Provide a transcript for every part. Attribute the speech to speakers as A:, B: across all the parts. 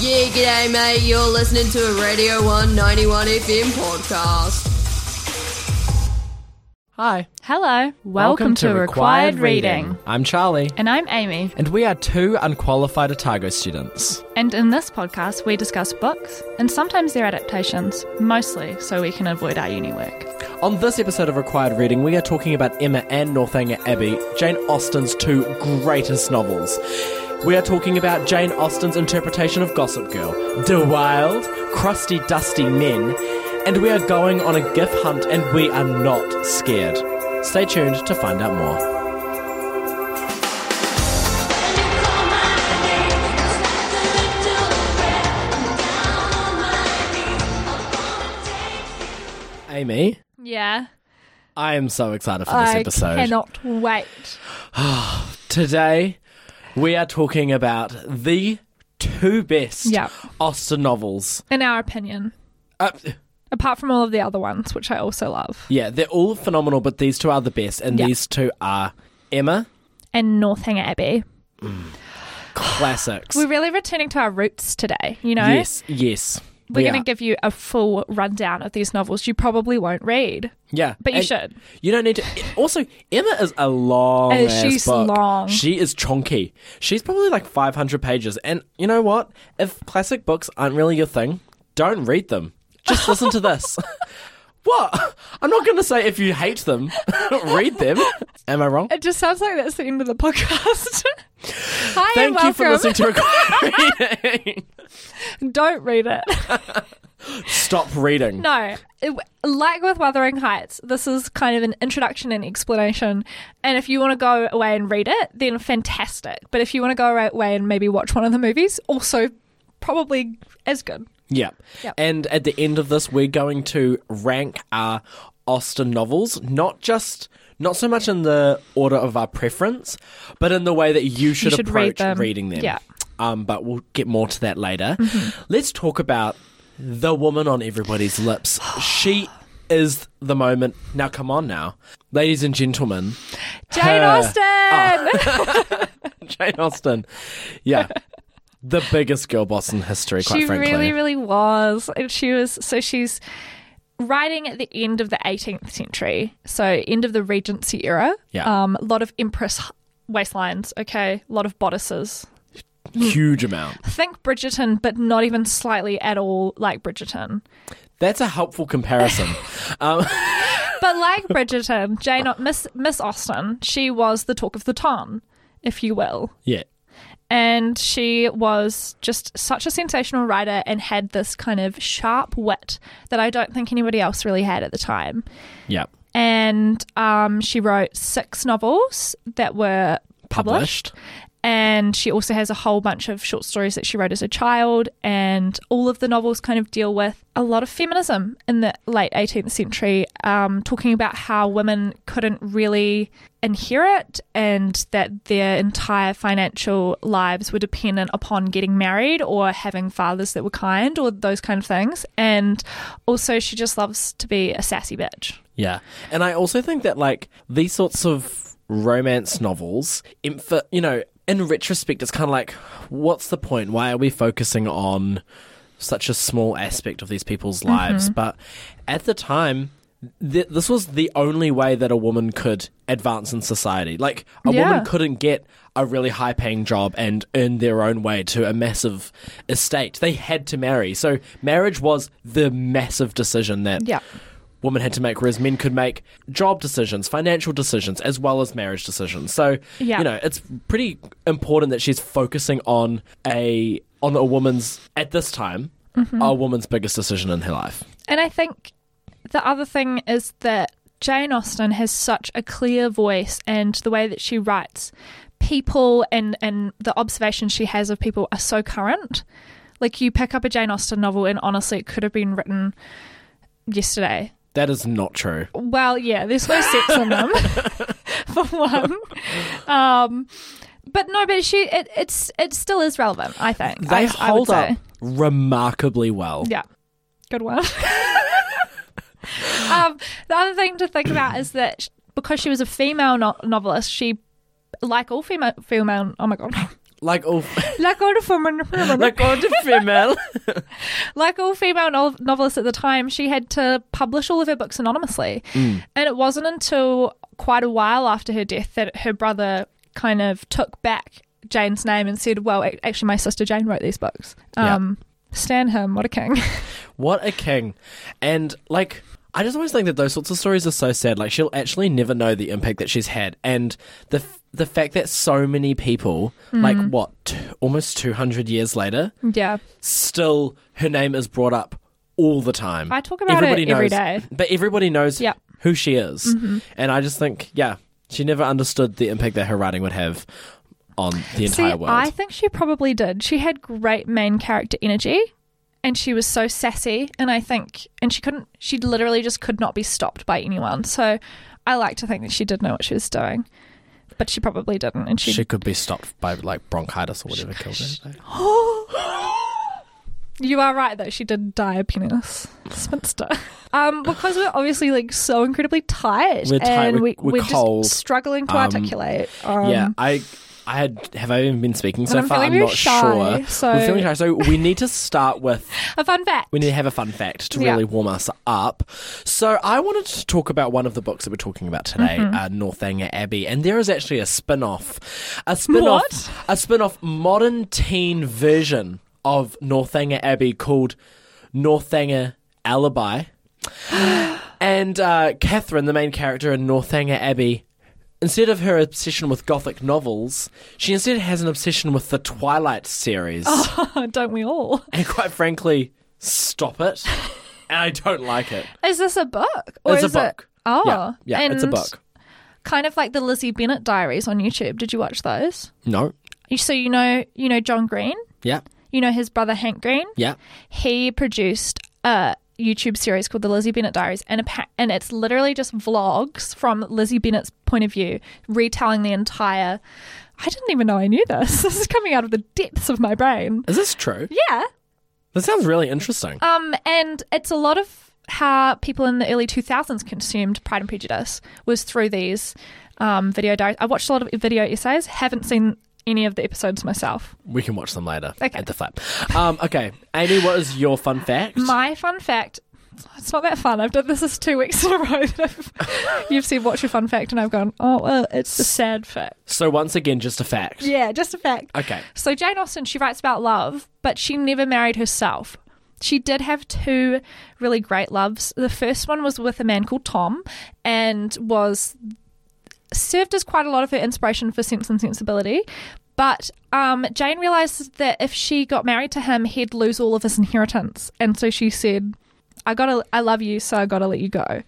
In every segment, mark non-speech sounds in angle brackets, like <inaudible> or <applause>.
A: Yeah, g'day, mate. You're listening to a Radio 191 FM podcast.
B: Hi.
C: Hello, welcome, to, Required Reading.
B: I'm Charlie,
C: And I'm Amy,
B: and we are two unqualified Otago students.
C: and in this podcast, we discuss books and sometimes their adaptations, mostly so we can avoid our uni work.
B: On this episode of Required Reading, we are talking about Emma and Northanger Abbey, Jane Austen's two greatest novels. We are talking about Jane Austen's interpretation of Gossip Girl, The Wild, Crusty Dusty Men, and we are going on a gift hunt and we are not scared. Stay tuned to find out more. Amy,
C: Yeah.
B: I am so excited for this episode.
C: cannot wait.
B: Today, we are talking about the two best
C: Yeah.
B: Austen novels.
C: In our opinion,
B: Uh,
C: apart from all of the other ones, which I also love,
B: yeah, they're all phenomenal, but these two are the best, and
C: Yeah.
B: these two are
C: <sighs>
B: Emma
C: and Northanger Abbey.
B: classics.
C: We're really returning to our roots today, you know?
B: Yes, yes.
C: We're
B: we
C: going
B: are.
C: to give you a full rundown of these novels you probably won't read.
B: Yeah,
C: But you
B: and
C: should.
B: You don't need to. Also, Emma is a long.
C: Uh,
B: ass
C: she's
B: book.
C: long.
B: She is chunky. She's probably like 500 pages. And you know what? If classic books aren't really your thing, don't read them. Just listen to
C: <laughs>
B: this. <laughs> what? I'm not going to say if you hate them, <laughs> read them. Am I wrong?
C: It just sounds like that's the end of the <laughs> podcast. Hi
B: Thank
C: and welcome.
B: you for listening to
C: <laughs>
B: Required Reading.
C: Don't read it.
B: <laughs> Stop reading.
C: No, it- like with Wuthering Heights, this is kind of an introduction and explanation. And if you want to go away and read it, then fantastic. But if you want to go away and maybe watch one of the movies, also probably as good.
B: Yeah.
C: Yep.
B: And at the end of this, we're going to rank our Austen novels, not just. Not so much in the order of our preference, but in the way that you should,
C: should read
B: approach
C: them.
B: reading them.
C: Yeah. Mm-hmm.
B: Um, but we'll get more to that later. Let's talk about the woman on everybody's lips. She is the moment. Now, come on, now, ladies and gentlemen, <laughs>
C: Jane
B: Her-
C: Austen!
B: Oh, Jane Austen. Yeah, the biggest girl boss in history. Quite
C: she
B: frankly,
C: really, really was. And she was, so she's writing at the end of the 18th century, so end of the Regency era.
B: Yeah.
C: Um, a lot of Empress waistlines, okay? A lot of bodices.
B: huge amount.
C: think Bridgerton, but not even slightly at all like Bridgerton.
B: That's a helpful comparison.
C: But like Bridgerton, Jane, Miss Miss Austen, she was the talk of the town, if you will,
B: yeah.
C: and she was just such a sensational writer and had this kind of sharp wit that I don't think anybody else really had at the time.
B: Yeah.
C: And um, she wrote six novels that were published. and she also has a whole bunch of short stories that she wrote as a child and all of the novels kind of deal with a lot of feminism in the late 18th century um, talking about how women couldn't really inherit and that their entire financial lives were dependent upon getting married or having fathers that were kind or those kind of things and also she just loves to be a sassy bitch
B: Yeah. And I also think that like these sorts of romance novels, inf- you know, in retrospect, it's kind of like, what's the point? Why are we focusing on such a small aspect of these people's lives? But at the time, th- this was the only way that a woman could advance in society. Like a
C: Yeah.
B: woman couldn't get a really high paying job and earn their own way to a massive estate. They had to marry. So marriage was the massive decision that
C: Yeah.
B: women had to make, whereas men could make job decisions, financial decisions, as well as marriage decisions. So,
C: Yeah.
B: you know, it's pretty important that she's focusing on a on a woman's at this time
C: Mm-hmm.
B: a woman's biggest decision in her life.
C: And I think the other thing is that Jane Austen has such a clear voice, and the way that she writes people and, and the observations she has of people are so current. Like, you pick up a Jane Austen novel, and honestly, it could have been written yesterday.
B: That is not true.
C: Well, yeah, there's no sex in them, <laughs> for one. Um, but no, but she it, it's it still is relevant. I think
B: They
C: I, I would
B: hold
C: say.
B: up remarkably well.
C: Yeah. Good one. um, the other thing to think about is that sh- because she was a female no- novelist, she, like all female, female, oh my God, <laughs>
B: like <laughs> all
C: Like all the women,
B: like all the female.
C: like all female no- novelists at the time, she had to publish all of her books anonymously. And it wasn't until quite a while after her death that her brother kind of took back Jane's name and said, Well, ac- actually, my sister Jane wrote these books.
B: Yeah.
C: Um, Stan him, what a king. <laughs>
B: What a king. And like I just always think that those sorts of stories are so sad. Like she'll actually never know the impact that she's had, and the f- the fact that so many people, like
C: Mm-hmm.
B: what, t- almost two hundred years later,
C: yeah.
B: still her name is brought up all the time.
C: I talk about it every day.
B: But everybody knows
C: Yep. Mm-hmm.
B: who she is. And I just think, yeah, she never understood the impact that her writing would have on the entire
C: See,
B: world.
C: I think she probably did. She had great main character energy and she was so sassy and I think and she couldn't she literally just could not be stopped by anyone. So I like to think that she did know what she was doing. But she probably didn't and she,
B: she could be stopped by like bronchitis or whatever killed her.
C: <gasps> You are right though, she did die a penis. Spinster. Um, because we're obviously like so incredibly tight
B: We're tight,
C: and
B: we're-
C: we,
B: we're
C: just
B: cold.
C: struggling to
B: Um,
C: articulate. Um,
B: yeah, I. I had have I even been speaking so
C: I'm
B: far?
C: feeling
B: I'm
C: very
B: not
C: shy,
B: sure.
C: so-
B: We're feeling shy, so we need to start with
C: A fun fact.
B: we need to have a fun fact to
C: Yeah.
B: really warm us up. So I wanted to talk about one of the books that we're talking about today,
C: Mm-hmm.
B: uh, Northanger Abbey, and there is actually a spin-off, a spin-off,
C: What?
B: a spin-off modern teen version of Northanger Abbey called Northanger
C: <gasps>
B: Alibi, and uh, Catherine, the main character in Northanger Abbey. Instead of her obsession with gothic novels, she instead has an obsession with the Twilight series.
C: <laughs> Oh, Don't we all?
B: And quite frankly, stop it. And I don't like it.
C: Is this a book? Or
B: it's a
C: is
B: book.
C: It, oh.
B: yeah, yeah it's a
C: and
B: book.
C: Kind of like the Lizzie Bennett diaries on YouTube. Did you watch those?
B: No.
C: You- So you know you know John Green?
B: Yeah.
C: You know his brother Hank Green?
B: Yeah.
C: He produced a YouTube series called the Lizzie Bennett Diaries and appa- and it's literally just vlogs from Lizzie Bennett's point of view, retelling the entire I didn't even know I knew this. <laughs> This is coming out of the depths of my brain.
B: Is this true?
C: Yeah.
B: That sounds really interesting.
C: Um, and it's a lot of how people in the early 2000s consumed Pride and Prejudice was through these um, video diaries. I watched a lot of video essays, haven't seen any of the episodes myself.
B: we can watch them later
C: Okay.
B: at the flap. Um, okay. Amy, what is your fun fact?
C: My fun fact. It's not that fun. I've done this is two weeks in a row. That I've, <laughs> you've said what's your fun fact, and I've gone, oh, well, it's a sad fact.
B: so, once again, just a fact.
C: Yeah, just a fact.
B: Okay.
C: So Jane Austen, she writes about love, but she never married herself. She did have two really great loves. The first one was with a man called Tom and was served as quite a lot of her inspiration for Sense and Sensibility. But um, Jane realized that if she got married to him, he'd lose all of his inheritance, and so she said, "I gotta, I love you, so I gotta let you go."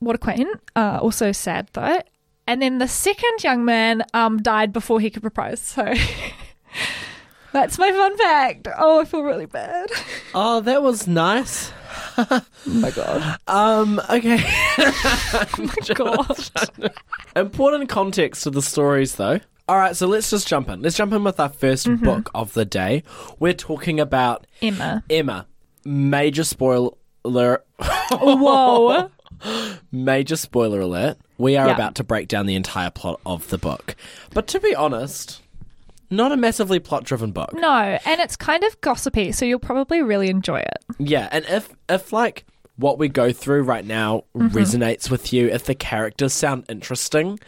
C: What a queen! Uh, also sad though. And then the second young man um, died before he could propose. So <laughs> that's my fun fact. Oh, I feel really <laughs> bad.
B: Oh, that was nice.
C: Oh my god.
B: <laughs> Um, okay.
C: god.
B: Important context to the stories, though. All right, so let's just jump in. Let's jump in with our 1st
C: Mm-hmm.
B: book of the day. We're talking about
C: <laughs> Emma.
B: Emma. Major spoiler.
C: Whoa.
B: Major spoiler alert. We are
C: Yeah.
B: about to break down the entire plot of the book. But to be honest, not a massively plot driven book.
C: No, and it's kind of gossipy, so you'll probably really enjoy it.
B: Yeah, and if if like what we go through right now
C: Mm-hmm.
B: resonates with you, if the characters sound interesting,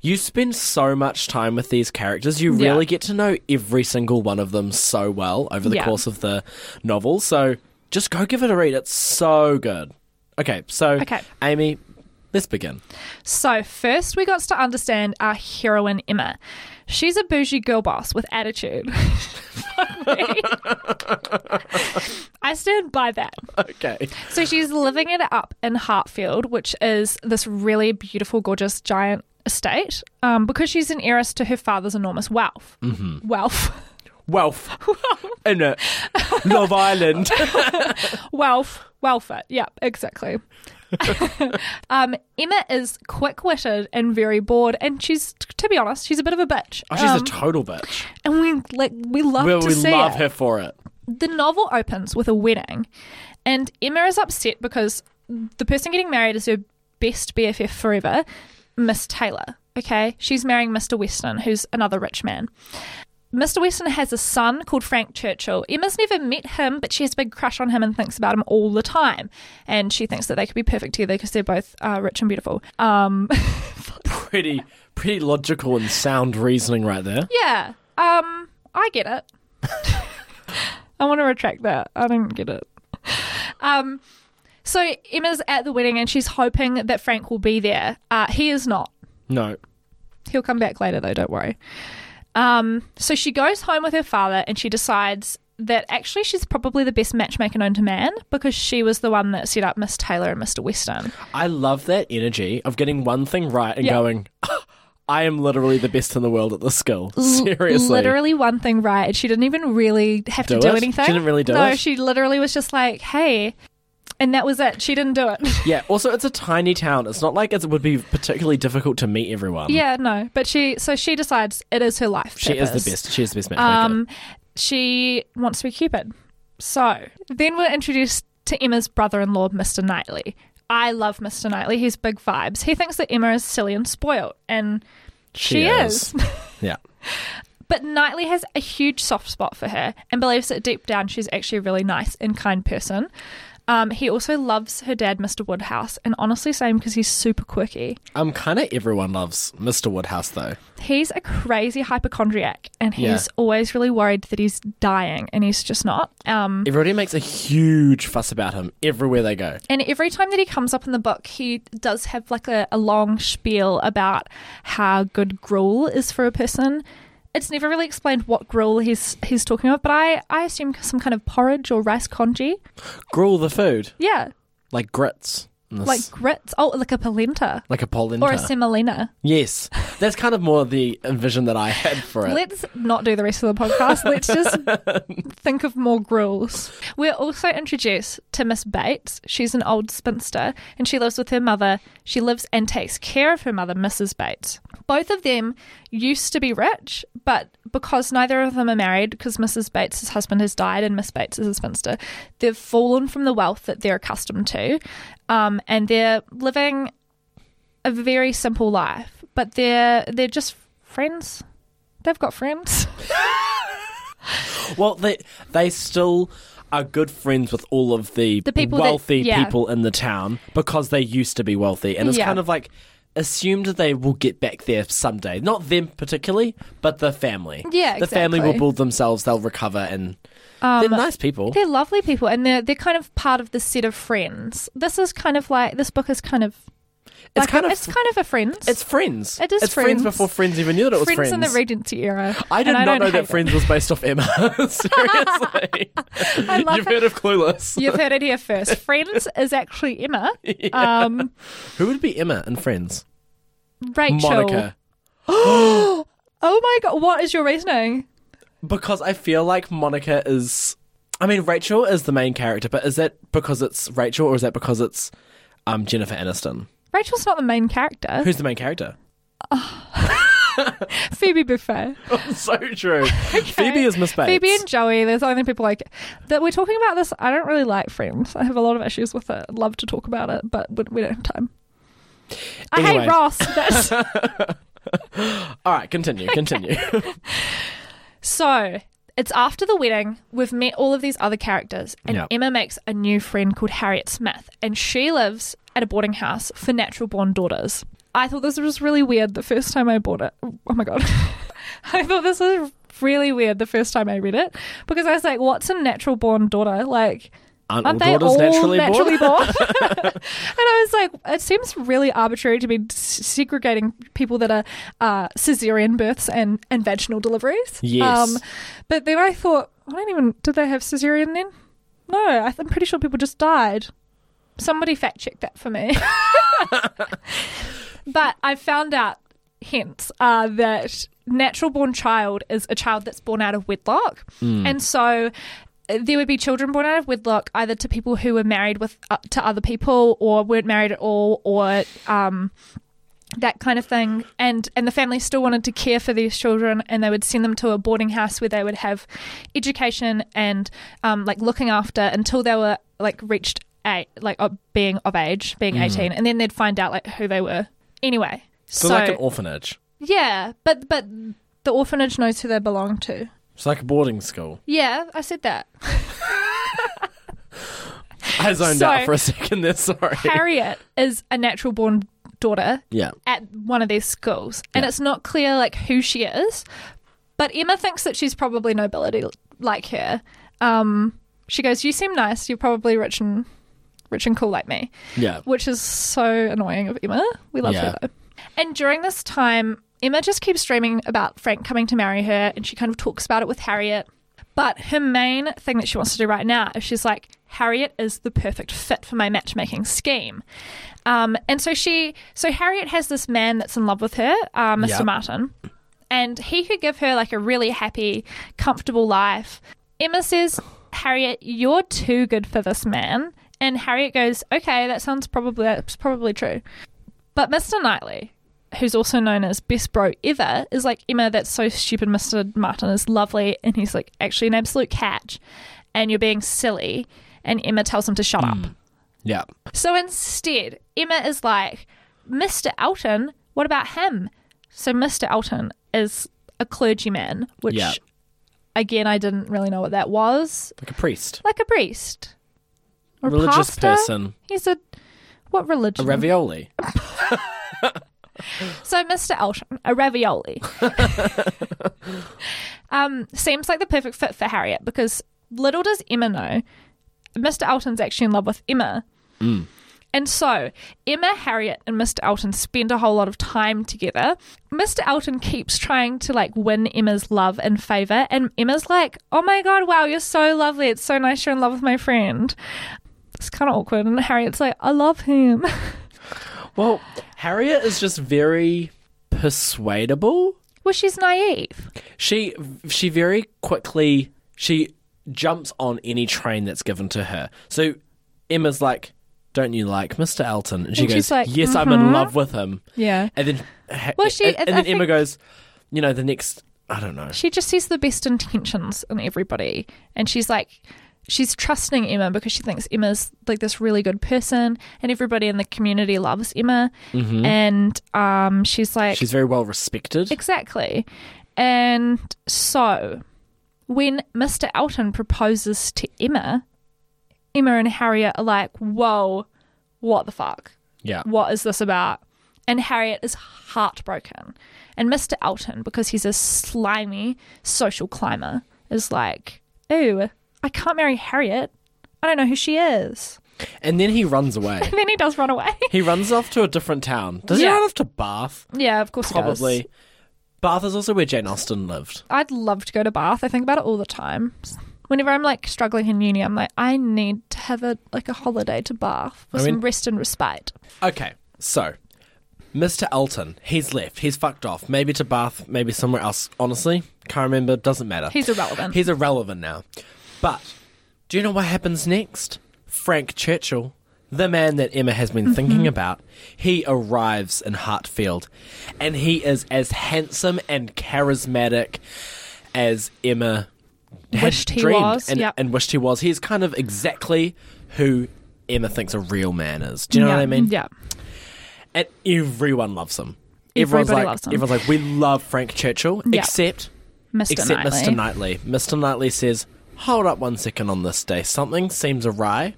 B: you spend so much time with these characters. You
C: Yeah.
B: really get to know every single one of them so well over the
C: Yeah.
B: course of the novel. So just go give it a read. It's so good. Okay, so
C: Okay.
B: Amy, let's
C: <laughs>
B: begin.
C: So, first, we got to understand our heroine, Emma. She's a bougie girl boss with attitude. <laughs> Fuck me. I stand by that.
B: Okay.
C: So, she's living it up in Hartfield, which is this really beautiful, gorgeous, giant estate, um, because she's an heiress to her father's enormous wealth. Mm-hmm. Wealth. <laughs>
B: Wealth. In it. Love
C: <laughs>
B: Island.
C: Wealth, welfare. Yeah,
B: <laughs>
C: exactly. um, Emma is quick witted and very bored, and she's, to be honest, she's a bit of a bitch.
B: Oh, she's
C: Um,
B: a total bitch.
C: and we like we love
B: Well,
C: to
B: we
C: see
B: love
C: it.
B: her for it.
C: The novel opens with a wedding, and Emma is upset because the person getting married is her best BFF forever, Miss Taylor. Okay, she's marrying Mr. Weston, who's another rich man. Mr. Weston has a son called Frank Churchill. Emma's never met him, but she has a big crush on him and thinks about him all the time. And she thinks that they could be perfect together because they're both uh, rich and beautiful. Um, <laughs>
B: Pretty, pretty logical and sound reasoning right there.
C: yeah, um, I get it. <laughs> I want to retract that. I don't get it. Um, so Emma's at the wedding and she's hoping that Frank will be there. Uh, he is not.
B: No.
C: He'll come back later, though, don't worry. Um, so she goes home with her father and she decides that actually she's probably the best matchmaker known to man because she was the one that set up Miss Taylor and Mr. Weston.
B: I love that energy of getting one thing right and
C: Yeah.
B: going, "Ah, I am literally the best in the world at this skill. Seriously.
C: Literally one thing right. and She didn't even really have
B: Do
C: to do
B: it?
C: anything.
B: She didn't really do
C: no,
B: it?
C: she literally was just like, hey. And that was it. She didn't
B: <laughs>
C: do it.
B: Yeah, also, it's a tiny town. It's not like it would be particularly difficult to meet everyone.
C: yeah, no. But she, so she decides it is her life.
B: She is
C: purpose.
B: the best. She is the best matchmaker.
C: Um, she wants to be Cupid. So then we're introduced to Emma's brother in law, Mr. Knightley. I love Mr. Knightley. He's big vibes. He thinks that Emma is silly and spoiled, and she, is.
B: yeah.
C: But Knightley has a huge soft spot for her and believes that deep down she's actually a really nice and kind person. Um, he also loves her dad, Mr. Woodhouse, and honestly, same because he's super quirky.
B: Um, kind of everyone loves Mr. Woodhouse, though.
C: He's a crazy hypochondriac, and he's
B: Yeah.
C: always really worried that he's dying, and he's just not. Um,
B: Everybody makes a huge fuss about him everywhere they go.
C: And every time that he comes up in the book, he does have like a, a long spiel about how good gruel is for a person. It's never really explained what gruel he's he's talking about, but I, I assume some kind of porridge or rice congee.
B: Gruel the food,
C: Yeah,
B: like grits. and this-
C: like grits. Oh, like a polenta
B: like a polenta.
C: or a semolina.
B: yes. That's kind of more the vision that I had for it.
C: Let's not do the rest of the podcast. Let's just
B: <laughs>
C: think of more gruels. We're also introduced to Miss Bates. She's an old spinster and she lives with her mother. She lives and takes care of her mother, Mrs. Bates. Both of them used to be rich, but because neither of them are married, because Mrs. Bates' husband has died and Miss Bates is a spinster, they've fallen from the wealth that they're accustomed to. Um, and they're living a very simple life, but they're they're just friends. They've got friends.
B: <laughs> Well, they they still are good friends with all of the,
C: The people that-
B: wealthy
C: yeah.
B: people in the town because they used to be wealthy, and it's
C: Yeah.
B: kind of like assumed that they will get back there someday. Not them particularly, but the family.
C: Yeah,
B: the family will
C: exactly. Um,
B: build themselves. They'll recover, and they're nice people.
C: They're lovely people, and they're they're kind of part of the set of friends. This is kind of like this book is kind of
B: It's
C: like-
B: kind of
C: it's kind of a friends.
B: it's friends.
C: It is
B: it's friends.
C: Friends.
B: before friends even knew that it was
C: friends,
B: friends.
C: in the Regency era.
B: I did not
C: and don't
B: know
C: hate
B: that
C: it.
B: Friends was based off
C: <laughs>
B: Emma. <laughs> Seriously,
C: I love
B: you've
C: it.
B: heard of Clueless.
C: You've heard it
B: <laughs>
C: here first. Friends is actually Emma, um,
B: Who would be Emma in Friends?
C: Rachel.
B: Monica.
C: Oh my god! What is your reasoning?
B: Because I feel like Monica is. I mean, Rachel is the main character, but is that because it's Rachel or is that because it's um, Jennifer Aniston?
C: Rachel's not the main character.
B: <laughs> Who's the main character?
C: Phoebe Buffay.
B: Oh, so
C: <laughs>
B: true. Phoebe is Miss Bates.
C: Phoebe and Joey, there's only people like that. We're talking about this. I don't really like Friends. I have a lot of issues with it. I'd love to talk about it, but we, we don't have time. I
B: Anyway.
C: hate Ross.
B: <laughs>
C: That's-
B: All right, continue, continue.
C: so it's after the wedding. We've met all of these other characters, and
B: Yep.
C: Emma makes a new friend called Harriet Smith, and she lives at a boarding house for natural born daughters. I thought this was really weird the first time I bought it. Oh my god. <laughs> I thought this was really weird the first time I read it because I was like, what's a natural born daughter? Like,
B: Aren't all
C: <laughs> Aren't they
B: daughters
C: all
B: naturally,
C: naturally,
B: <laughs> born?
C: born? <laughs> and I was like, it seems really arbitrary to be s- segregating people that are uh, cesarean births and, and vaginal deliveries.
B: Yes.
C: um, but then I thought, I don't even, did they have cesarean then? No, I th- I'm pretty sure people just died. Somebody fact check that for me. but I found out, hence, uh, that natural born child is a child that's born out of wedlock. And so uh, there would be children born out of wedlock either to people who were married with uh, to other people or weren't married at all or um, that kind of thing and and the family still wanted to care for these children and they would send them to a boarding house where they would have education and um, like looking after until they were like reached eight like uh, being of age being 18 and then they'd find out like who they were anyway
B: So, like an orphanage.
C: yeah, but but The orphanage knows who they belong to.
B: It's like a boarding school.
C: Yeah, I
B: <laughs>
C: said that.
B: I zoned
C: So-
B: out for a second there, sorry.
C: Harriet is a natural born daughter
B: <laughs> yeah.
C: at one of these schools, and
B: Yeah.
C: it's not clear like who she is. But Emma thinks that she's probably nobility like her. Um, she goes, "You seem nice. You're probably rich and rich and cool like me,"
B: Yeah.
C: which is so annoying of Emma. We love
B: Yeah.
C: her though. And during this time, Emma just keeps dreaming about Frank coming to marry her, and she kind of talks about it with Harriet. But her main thing that she wants to do right now is she's like, Harriet is the perfect fit for my matchmaking scheme. Um, and so she, so Harriet has this man that's in love with her, uh, Mr.
B: Yeah.
C: Martin, and he could give her like a really happy, comfortable life. Emma says, Harriet, you're too good for this man. And Harriet goes, okay, that sounds probably, that's probably true. But Mr. Knightley, who's also known as best bro ever, is like, Emma, that's so stupid. Mr. Martin is lovely. And he's like, actually, an absolute catch. And you're being silly. And Emma tells him to shut
B: Mm.
C: up.
B: Yeah.
C: So instead, Emma is like, Mr. Elton, what about him? So Mr. Elton is a clergyman, which
B: Yeah.
C: again, I didn't really know what that was.
B: Like a priest.
C: Like a priest or
B: Religious
C: pastor?
B: person.
C: He's a what
B: A
C: religion?
B: ravioli.
C: So, Mr. Elton, a ravioli, um, seems like the perfect fit for Harriet because little does Emma know, Mr. Elton's actually in love with Emma. And so, Emma, Harriet, and Mr. Elton spend a whole lot of time together. Mr. Elton keeps trying to like win Emma's love and favor, and Emma's like, "Oh my god, wow, you're so lovely. It's so nice you're in love with my friend." It's kind of awkward, and Harriet's like, "I love him." <laughs>
B: Well, Harriet is just very persuadable.
C: well, she's naive.
B: She she very quickly she jumps on any train that's given to her. So Emma's like, "Don't you like Mr. Elton?" And she
C: And she's
B: goes,
C: like,
B: "Yes, I'm in love with him."
C: Yeah.
B: And then ha-
C: Well, she-
B: and, and
C: I
B: then Emma
C: think-
B: goes, "You know, the next I don't know."
C: she just sees the best intentions in everybody and she's like she's trusting emma because she thinks emma's like this really good person and everybody in the community loves emma and um, she's like
B: She's very well respected.
C: exactly and so when mr elton proposes to emma emma and harriet are like whoa what the fuck
B: yeah.
C: what is this about? And Harriet is heartbroken. And Mr. Elton, because he's a slimy social climber, is like, Ooh, I can't marry Harriet. I don't know who she is. <laughs>
B: And then he runs away.
C: And then he does run away. <laughs>
B: he runs off to a different town. Does
C: Yeah.
B: he run off to Bath?
C: yeah, of course he does.
B: Probably. Bath is also where Jane Austen lived.
C: I'd love to go to Bath. I think about it all the time. Whenever I'm like struggling in uni, I'm like, I need to have a like a holiday to Bath for
B: I mean-
C: some rest and respite.
B: Okay, so Mr. Elton, he's left. He's fucked off. Maybe to Bath, maybe somewhere else. Honestly, can't remember. Doesn't matter.
C: He's irrelevant.
B: He's irrelevant now. But do you know what happens next? Frank Churchill, the man that Emma has been thinking
C: Mm-hmm.
B: about, he arrives in Hartfield and he is as handsome and charismatic as Emma had
C: Wished he
B: dreamed
C: was,
B: and,
C: yep.
B: and wished he was. He's kind of exactly who Emma thinks a real man is. Do you know
C: yeah.
B: what I mean?
C: Yeah.
B: and everyone loves him. Everyone's
C: Everybody
B: like,
C: loves him.
B: everyone's like, we love Frank Churchill,
C: Yeah.
B: except
C: Mr.
B: except
C: Knightley.
B: Mr. Knightley. Mr. Knightley says, "Hold up one second on this day. Something seems awry.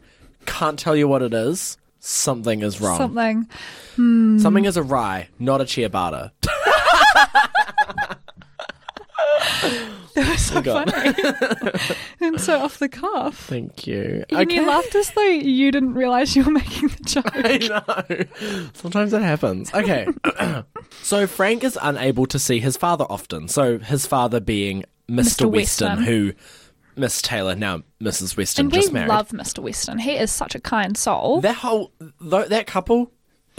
B: Can't tell you what it is. Something is wrong.
C: Something.
B: Something is awry. Not a
C: <laughs>
B: ciabatta." <laughs>
C: so
B: God.
C: funny. and so off the cuff.
B: Thank you.
C: And you laughed as though you didn't realize you were <laughs> making the joke.
B: <laughs> I know. Sometimes that happens. Okay. <coughs> so Frank is unable to see his father often. So his father being Mr.
C: Mr.
B: Weston,
C: Weston.
B: who Miss Taylor, now Mrs. Weston,
C: And we
B: just married.
C: love Mr. Weston. He is such a kind soul.
B: That whole tho- that couple,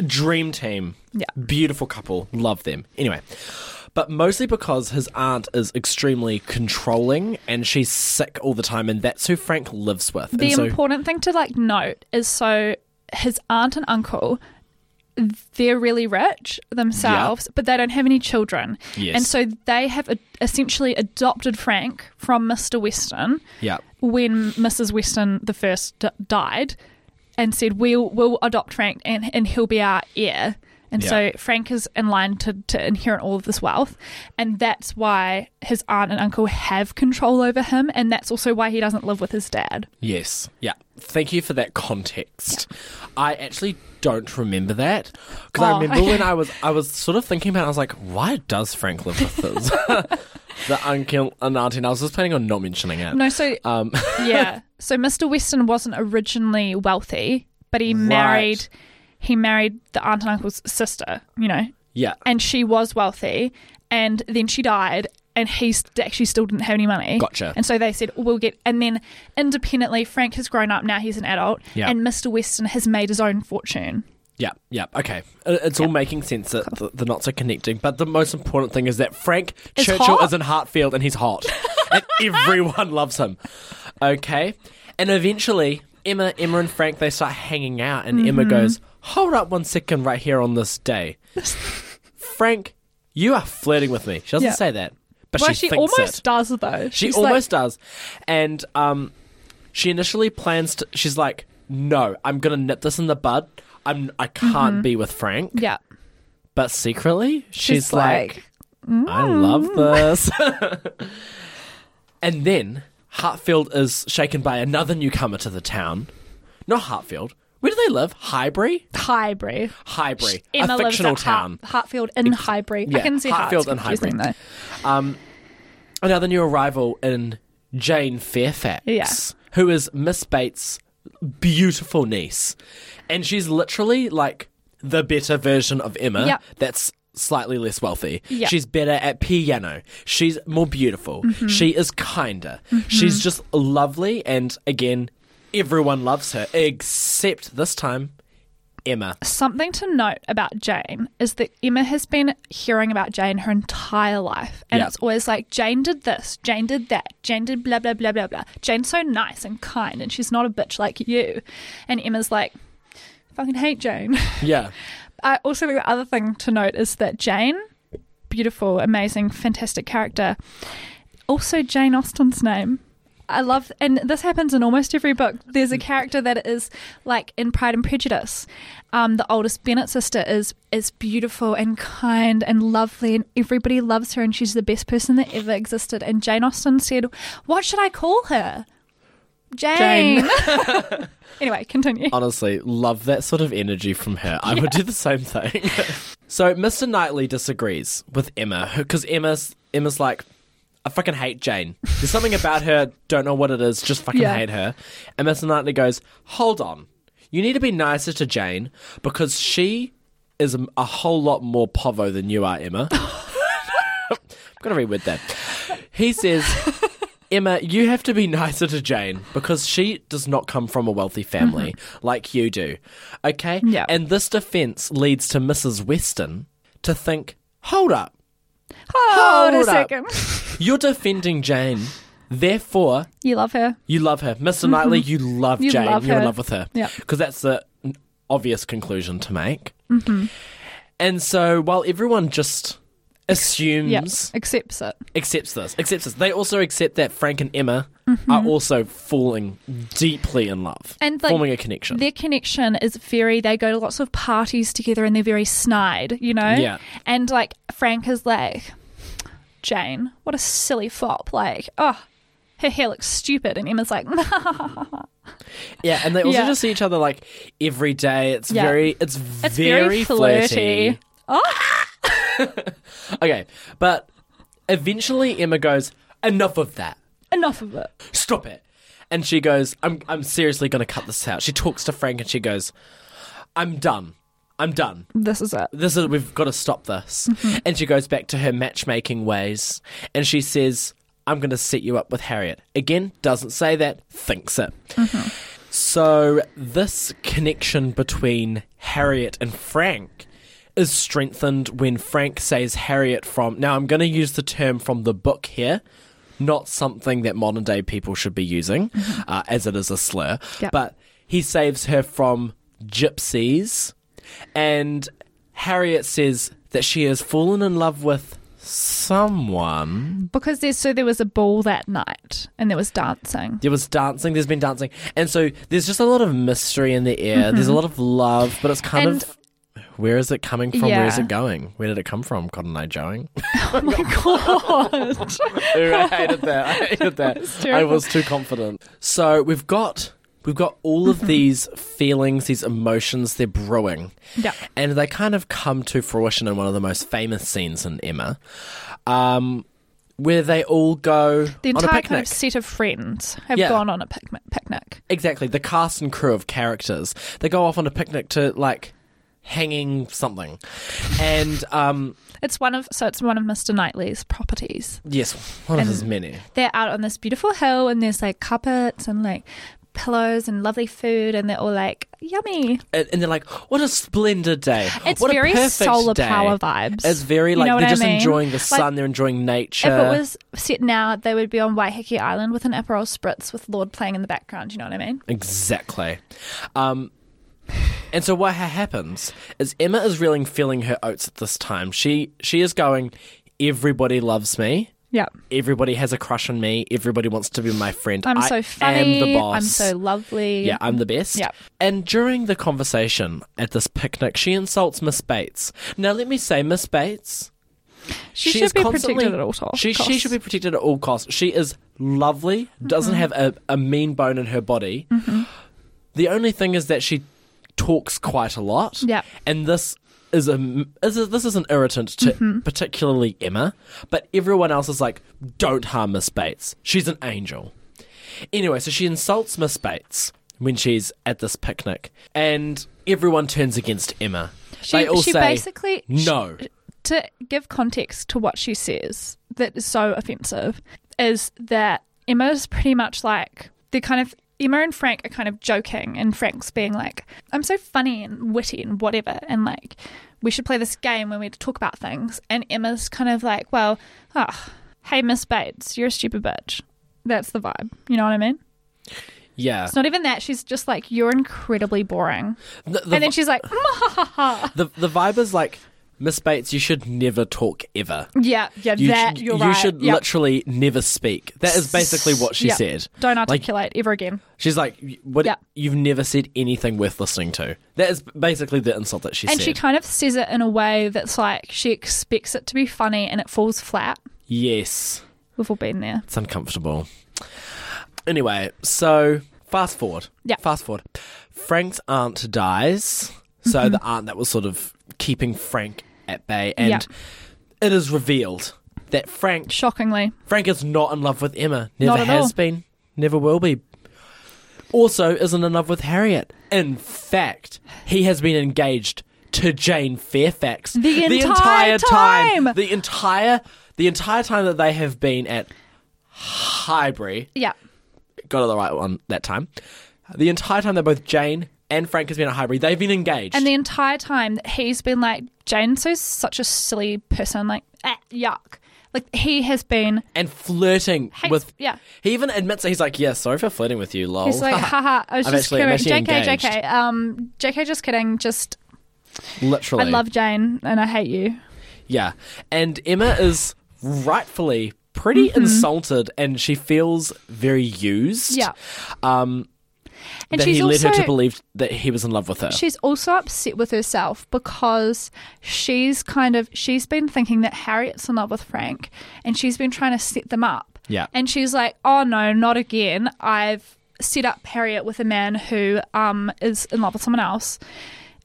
B: dream team.
C: Yeah.
B: beautiful couple. Love them. Anyway, but mostly because his aunt is extremely controlling and she's sick all the time, and that's who Frank lives with.
C: the
B: and so,
C: important thing to like note is so his aunt and uncle they're really rich themselves but they don't have any children
B: Yes.
C: and so they have a, essentially adopted frank from mr weston
B: yeah,
C: when Mrs. Weston the first d- died, and said we'll we'll adopt Frank and and he'll be our heir. And so Frank is in line to, to inherit all of this wealth. And that's why his aunt and uncle have control over him. And that's also why he doesn't live with his dad.
B: Yes. Yeah. Thank you for that context. I actually don't remember that because I
C: Oh,
B: remember when
C: okay. <laughs>
B: I was I was sort of thinking about. It, I was like, why does Frank live with his
C: <laughs>
B: <laughs> the uncle and auntie? And I was just planning on not mentioning it.
C: No, so
B: Um,
C: yeah. So Mr. Weston wasn't originally wealthy, but he married he married the aunt and uncle's sister, you know,
B: yeah.
C: and she was wealthy, and then she died, and he st- actually still didn't have any money.
B: Gotcha.
C: And so they said we'll get, and then independently, Frank has grown up now; he's an adult,
B: Yeah.
C: and Mr. Weston has made his own fortune.
B: Yeah, yeah, okay. Uh, It's all making sense that th- they're not so connecting. But the most important thing is that Frank
C: Is
B: Churchill
C: hot.
B: is in Hartfield and he's
C: <laughs>
B: hot. and everyone loves him. Okay. And eventually, Emma, Emma and Frank, they start hanging out. And
C: Mm-hmm.
B: Emma goes, Hold up one second right here on this
C: <laughs>
B: day. Frank, you are flirting with me. She doesn't
C: Yeah.
B: say that. But
C: well,
B: she,
C: she,
B: thinks
C: almost
B: it.
C: does though.
B: She
C: She's like-
B: almost does. And um, she initially plans to. She's like, no, I'm going to nip this in the bud. I'm, I can't be with Frank.
C: yeah.
B: But secretly, she's,
C: Mm-hmm. She's
B: like,
C: like, "Mm."
B: I love this.
C: <laughs>
B: <laughs> and then Hartfield is shaken by another newcomer to the town. Not Hartfield. Where do they live? Highbury?
C: Highbury.
B: Highbury.
C: Emma
B: a
C: lives
B: fictional
C: at Hart-
B: town.
C: Hartfield in Highbury.
B: yeah,
C: I can see
B: Hartfield and
C: Hart's confusing,
B: Highbury.
C: though.
B: another new arrival in Jane Fairfax,
C: Yeah.
B: who is Miss Bates' beautiful niece, and she's literally like the better version of Emma.
C: Yep.
B: That's slightly less wealthy.
C: Yep. Mm-hmm.
B: She's better at piano. She's more beautiful. She is kinder. She's just lovely, and again, everyone loves her except this time, Emma.
C: Something to note about Jane is that Emma has been hearing about Jane her entire life. And
B: Yeah.
C: it's always like, Jane did this, Jane did that, Jane did blah, blah, blah, blah, blah. Jane's so nice and kind, and she's not a bitch like you. And Emma's like, fucking hate Jane. <laughs>
B: Yeah,
C: I Uh, also think the other thing to note is that Jane, beautiful, amazing, fantastic character. Also Jane Austen's name. I love and this happens in almost every book. There's a character that is like in Pride and Prejudice. Um, the oldest Bennet sister is is beautiful and kind and lovely and everybody loves her and she's the best person that ever existed. And Jane Austen said, What should I call her? Jane. <laughs> Oh, anyway, continue.
B: <laughs> honestly, love that sort of energy from her. I would do the same thing. <laughs> so Mr. Knightley disagrees with Emma because Emma's Emma's like, I fucking hate Jane. There's something about her. Don't know what it is. Just fucking
C: Yeah.
B: hate her. And Mr. Knightley goes, Hold on. You need to be nicer to Jane because she is a- a whole lot more povo than you are, Emma. <laughs> I'm gonna reword that. He
C: <laughs>
B: says. Emma, you have to be nicer to Jane because she does not come from a wealthy family like you do. Okay?
C: Mm-hmm. Yeah.
B: And this defense leads to Mrs. Weston to think, hold up,
C: Hold,
B: Hold
C: a
B: up.
C: second.
B: you're defending Jane, therefore
C: You love her.
B: you love her. mister Knightley, you love
C: Mm-hmm. You
B: Jane.
C: love
B: You're in
C: her.
B: love with her.
C: Yeah.
B: Because that's the n- obvious conclusion to make. Mm-hmm. And so while everyone just assumes.
C: Yes, accepts it.
B: accepts this. Accepts this. They also accept that Frank and Emma are also falling deeply in love,
C: Mm-hmm. And, like,
B: forming a connection.
C: Their connection is very. They go to lots of parties together, and they're very snide, you know.
B: Yeah.
C: And like Frank is like, Jane, what a silly fop! Like, oh, her hair looks stupid, and Emma's like, <laughs>
B: yeah, and they also
C: Yeah.
B: just see each other like every day. It's
C: Yeah.
B: very, it's,
C: it's
B: very, flirty.
C: flirty.
B: Okay, but eventually Emma goes, "Enough of that.
C: Enough of it.
B: Stop it." And she goes, "I'm, I'm seriously going to cut this out." She talks to Frank and she goes, "I'm done. I'm done."
C: This is it.
B: this is we've got to stop this and she goes back to her matchmaking ways and she says i'm going to set you up with harriet again doesn't say that thinks it so this connection between harriet and frank is strengthened when frank says harriet from now i'm going to use the term from the book here not something that modern day people should be using uh, as it is a slur
C: Yep.
B: but he saves her from gypsies and Harriet says that she has fallen in love with someone.
C: Because there's so there was a ball that night, and there was dancing.
B: There was dancing, there's been dancing. And so there's just a lot of mystery in the air. There's a lot of love, but it's kind
C: Mm-hmm. And
B: of where is it coming from? Where is
C: Yeah.
B: it going? Where did it come from? Cotton Eye
C: <laughs>
B: Joeing.
C: Oh my god.
B: <laughs> I hated that. I hated that. I
C: terrible.
B: was too confident. So we've got we've got all
C: Mm-hmm.
B: of these feelings, these emotions, they're brewing.
C: <laughs> Yeah.
B: And they kind of come to fruition in one of the most famous scenes in Emma. Um where they all go
C: The
B: on a
C: entire
B: picnic.
C: kind of set of friends have
B: Yeah.
C: gone on a picnic. picnic.
B: Exactly, the cast and crew of characters. They go off on a picnic to like hanging something. And um
C: It's one of so it's one of Mr. Knightley's properties.
B: yes, one of
C: And-
B: his many.
C: They're out on this beautiful hill and there's like carpets and like pillows and lovely food and they're all like yummy.
B: and, and they're like, "What a splendid day!
C: It's
B: what
C: very
B: a perfect
C: solar
B: day."
C: power vibes.
B: It's very
C: You
B: like
C: know what
B: they're
C: I
B: just
C: mean?
B: enjoying the
C: Like,
B: sun, they're enjoying nature.
C: If it was set now, they would be on Waiheke Island with an Aperol spritz with Lord playing in the background. You know what I mean?
B: exactly. Um, and so what ha- happens is Emma is really feeling her oats at this time. She she is going, "Everybody loves me."
C: Yeah.
B: Everybody has a crush on me. Everybody wants to be my friend.
C: I'm
B: I
C: so funny.
B: am the boss.
C: I'm so lovely.
B: Yeah, I'm the best.
C: Yeah.
B: And during the conversation at this picnic, she insults Miss Bates. Now, let me say, Miss Bates.
C: She
B: is
C: should be
B: constantly-
C: protected at all to-
B: She, she
C: costs. Mm-hmm.
B: should be protected at all costs. She is lovely, doesn't have a, a mean bone in her body. The only thing is that she talks quite a lot.
C: Yeah.
B: And this is a, is a this is an irritant to
C: Mm-hmm.
B: particularly Emma, but everyone else is like, don't harm Miss Bates. She's an angel. Anyway, so she insults Miss Bates when she's at this picnic, and everyone turns against Emma.
C: She,
B: they all
C: she
B: say,
C: basically
B: "No."
C: sh- to give context to what she says that is so offensive is that Emma is pretty much like the kind of Emma and Frank are kind of joking, and Frank's being like, "I'm so funny and witty and whatever," and like, we should play this game when we talk about things. And Emma's kind of like, "Well, ah, hey Miss Bates, you're a stupid bitch." That's the vibe. You know what I mean?
B: "Yeah."
C: It's not even that. She's just like, "You're incredibly boring,"
B: The- the
C: and then she's like, "Mm,
B: the the vibe is like Miss Bates, you should never talk ever.
C: "Yeah, yeah,
B: You,
C: that
B: should,
C: you're
B: you
C: right."
B: should
C: Yep.
B: literally never speak. That is basically what she
C: Yeah.
B: said.
C: Don't
B: Like,
C: articulate ever again.
B: she's like, "You- "What?
C: Yeah.
B: You've never said anything worth listening to." That is basically the insult that she
C: And
B: said.
C: she kind of says it in a way that's like she expects it to be funny and it falls flat.
B: yes,
C: We've all been there.
B: it's uncomfortable. Anyway, so fast forward.
C: Yeah.
B: fast forward. Frank's aunt dies, so
C: Mm-hmm.
B: the aunt that was sort of keeping Frank at bay, and
C: Yeah.
B: it is revealed that Frank
C: Shockingly.
B: Frank is not in love with Emma.
C: Not
B: Never
C: at
B: has
C: all.
B: been. Never will be. Also, isn't in love with Harriet. In fact, he has been engaged to Jane Fairfax the,
C: entire time!
B: The entire the entire time that they have been at Highbury.
C: Yeah.
B: Got it the right one that time. The entire time that both Jane and Frank has been at Highbury, they've been engaged.
C: And the entire time that he's been like, Jane's so such a silly person, like, eh, yuck. Like he has been
B: and flirting
C: Hates-
B: with
C: yeah.
B: He even admits that he's like, Yeah, sorry for flirting with you, lol.
C: he's like, haha,
B: <laughs>
C: I was
B: I'm
C: just
B: Oh, actually- I'm
C: kidding.
B: actually
C: JK,
B: engaged.
C: JK. Um JK just kidding, just
B: Literally.
C: I love Jane and I hate you.
B: Yeah. And Emma is rightfully pretty
C: Mm-hmm.
B: insulted and she feels very used.
C: Yeah.
B: Um,
C: And
B: that
C: she's
B: he led her
C: also-
B: to believe that he was in love with her.
C: She's also upset with herself because she's kind of she's been thinking that Harriet's in love with Frank and she's been trying to set them up.
B: Yeah.
C: And she's like, "Oh no, not again. I've set up Harriet with a man who um is in love with someone else."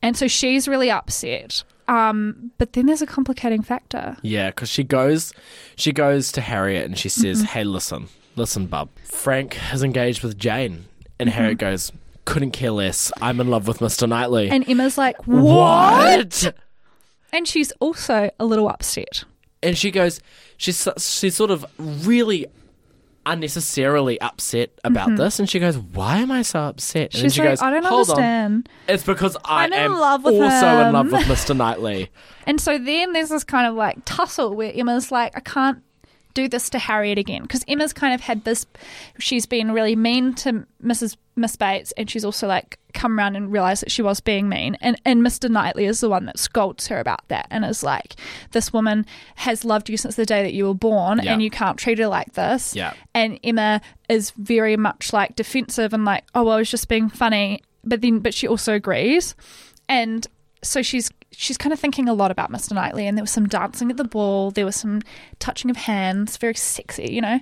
C: And so she's really upset. Um but then there's a complicating factor.
B: yeah, because she goes, she goes to Harriet and
C: Mm-hmm.
B: she says, "Hey, listen, listen, bub. Frank has engaged with Jane." And
C: Mm-hmm.
B: Harriet goes, "Couldn't care less. I'm in love with Mister Knightley."
C: And Emma's like, And she's also a little upset.
B: and she goes she's so- she's sort of really unnecessarily upset about this and she goes why am i so upset and then
C: Mm-hmm. She's
B: she
C: like,
B: goes
C: "I don't
B: hold on
C: understand."
B: it's because i
C: I'm in
B: am
C: love with
B: also in
C: him."
B: love with mr knightley
C: And so then there's this kind of like tussle where Emma's like, I can't do this to Harriet again because Emma's kind of had this. She's been really mean to Mrs. Miss Bates, and she's also like come round and realised that she was being mean. And and Mr. Knightley is the one that scolds her about that and is like, this woman has loved you since the day that you were born,
B: Yeah.
C: and you can't treat her like this.
B: Yeah.
C: And Emma is very much like defensive and like, oh, well, I was just being funny. But then, but she also agrees. And so she's she's kind of thinking a lot about Mr. Knightley, and there was some dancing at the ball, there was some touching of hands, very sexy, you know.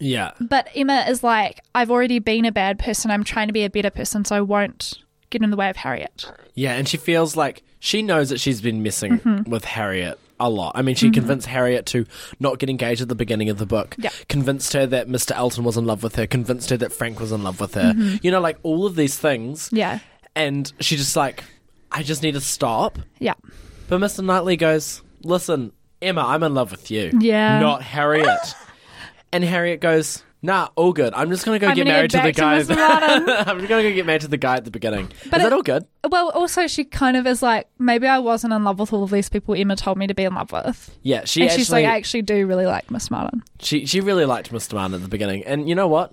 B: Yeah.
C: But Emma is like, I've already been a bad person. I'm trying to be a better person, so I won't get in the way of Harriet.
B: Yeah, and she feels like she knows that she's been messing
C: Mm-hmm.
B: with Harriet a lot. I mean, she convinced Harriet to not get engaged at the beginning of the book,
C: Yeah.
B: convinced her that Mr. Elton was in love with her, convinced her that Frank was in love with her. You know, like all of these things.
C: Mm-hmm. Yeah.
B: And she just like, I just need to stop.
C: Yeah.
B: But Mr. Knightley goes, Listen, Emma, I'm in love with you.
C: Yeah.
B: Not Harriet.
C: <laughs>
B: and Harriet goes, Nah, all good. I'm just gonna go
C: I'm
B: get
C: gonna
B: married
C: go
B: to the
C: back
B: guy.
C: to Mr.
B: that- <laughs> I'm just gonna go get married to the guy at the beginning.
C: But
B: Is that
C: it-
B: all good?
C: Well, also, she kind of is like, maybe I wasn't in love with all of these people Emma told me to be in love with.
B: Yeah, she
C: And
B: actually
C: she's like, I actually do really like Miss Martin.
B: she she really liked Mr. Martin at the beginning. And you know what?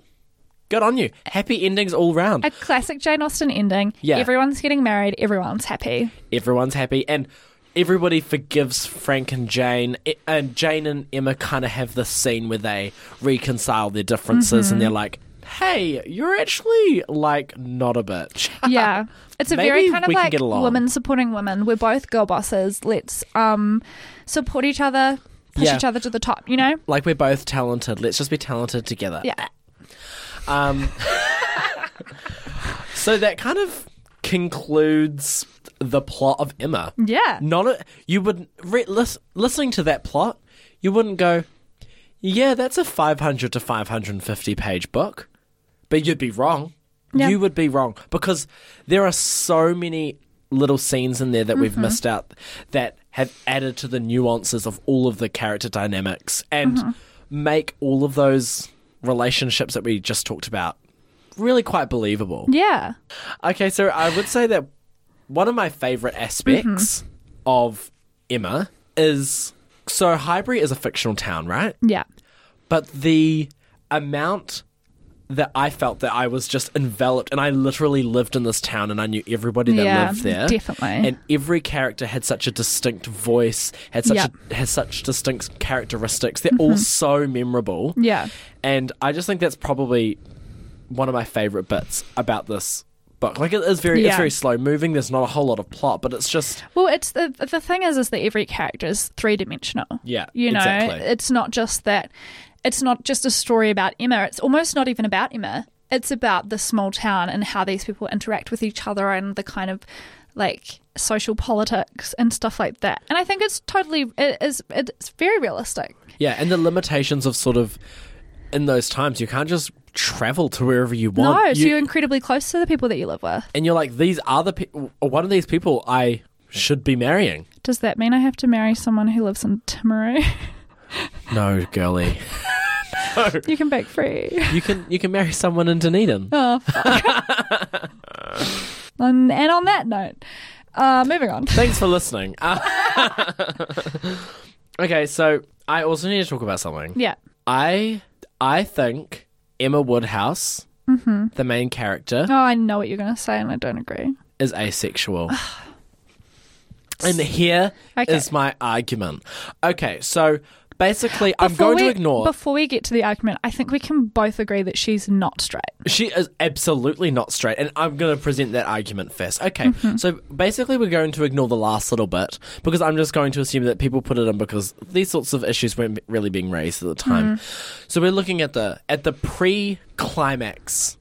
B: Good on you. Happy endings all round.
C: A classic Jane Austen ending.
B: Yeah.
C: Everyone's getting married, everyone's happy.
B: <laughs> Everyone's happy and everybody forgives Frank and Jane. I- And Jane and Emma kind of have this scene where they reconcile their differences and they're like, Hey, you're actually like not a bitch. <laughs>
C: Yeah. It's a very
B: Maybe
C: kind of
B: we can
C: like
B: get along.
C: women supporting women. We're both girl bosses. Let's um support each other, push
B: Yeah.
C: each other to the top, you know?
B: like we're both talented. Let's just be talented together.
C: Yeah.
B: Um, so that kind of concludes the plot of Emma.
C: Yeah.
B: Not a, you would re- lis- listening to that plot, you wouldn't go, yeah, that's a 500 to 550 page book, but you'd be wrong.
C: Yeah.
B: You would be wrong because there are so many little scenes in there that we've
C: Mm-hmm.
B: missed out that have added to the nuances of all of the character dynamics and
C: Mm-hmm.
B: make all of those relationships that we just talked about really quite believable.
C: Yeah.
B: Okay, so I would say that one of my favorite
C: Mm-hmm.
B: aspects of Emma is so Highbury is a fictional town, right?
C: Yeah.
B: But the amount that I felt that I was just enveloped and I literally lived in this town and I knew everybody that
C: Yeah,
B: lived there.
C: definitely.
B: And every character had such a distinct voice, had such
C: Yep. Mm-hmm.
B: a, has such distinct characteristics. They're all so memorable.
C: Yeah.
B: And I just think that's probably one of my favorite bits about this book. Like it is very
C: Yeah.
B: it's very slow moving. There's not a whole lot of plot, but it's just
C: Well, it's the the thing is is that every character is three dimensional.
B: Yeah,
C: You know,
B: exactly.
C: it's not just that it's not just a story about Emma. It's almost not even about Emma. It's about the small town and how these people interact with each other and the kind of like social politics and stuff like that. And I think it's totally it is it's very realistic.
B: yeah, and the limitations of sort of in those times you can't just travel to wherever you want.
C: no, so
B: You-
C: you're incredibly close to the people that you live with.
B: and you're like these are the people one of these people I should be marrying.
C: Does that mean I have to marry someone who lives in Timaru? <laughs>
B: No, girly.
C: you can break free.
B: You can you can marry someone in Dunedin.
C: Oh, fuck. <laughs> and, and on that note, uh, moving on.
B: Thanks for listening. <laughs> Uh, okay, so I also need to talk about something.
C: Yeah.
B: I I think Emma Woodhouse,
C: Mm-hmm.
B: the main character,
C: Oh, I know what you're going to say, and I don't agree.
B: is asexual. and here is
C: Okay.
B: my argument. Okay, so basically, I'm
C: Before
B: going to
C: we-
B: ignore.
C: Before we get to the argument, I think we can both agree that she's not straight.
B: She is absolutely not straight, and I'm going to present that argument first. Okay, so basically, we're going to ignore the last little bit because I'm just going to assume that people put it in because these sorts of issues weren't really being raised at the time. So we're looking at the at the pre-climax,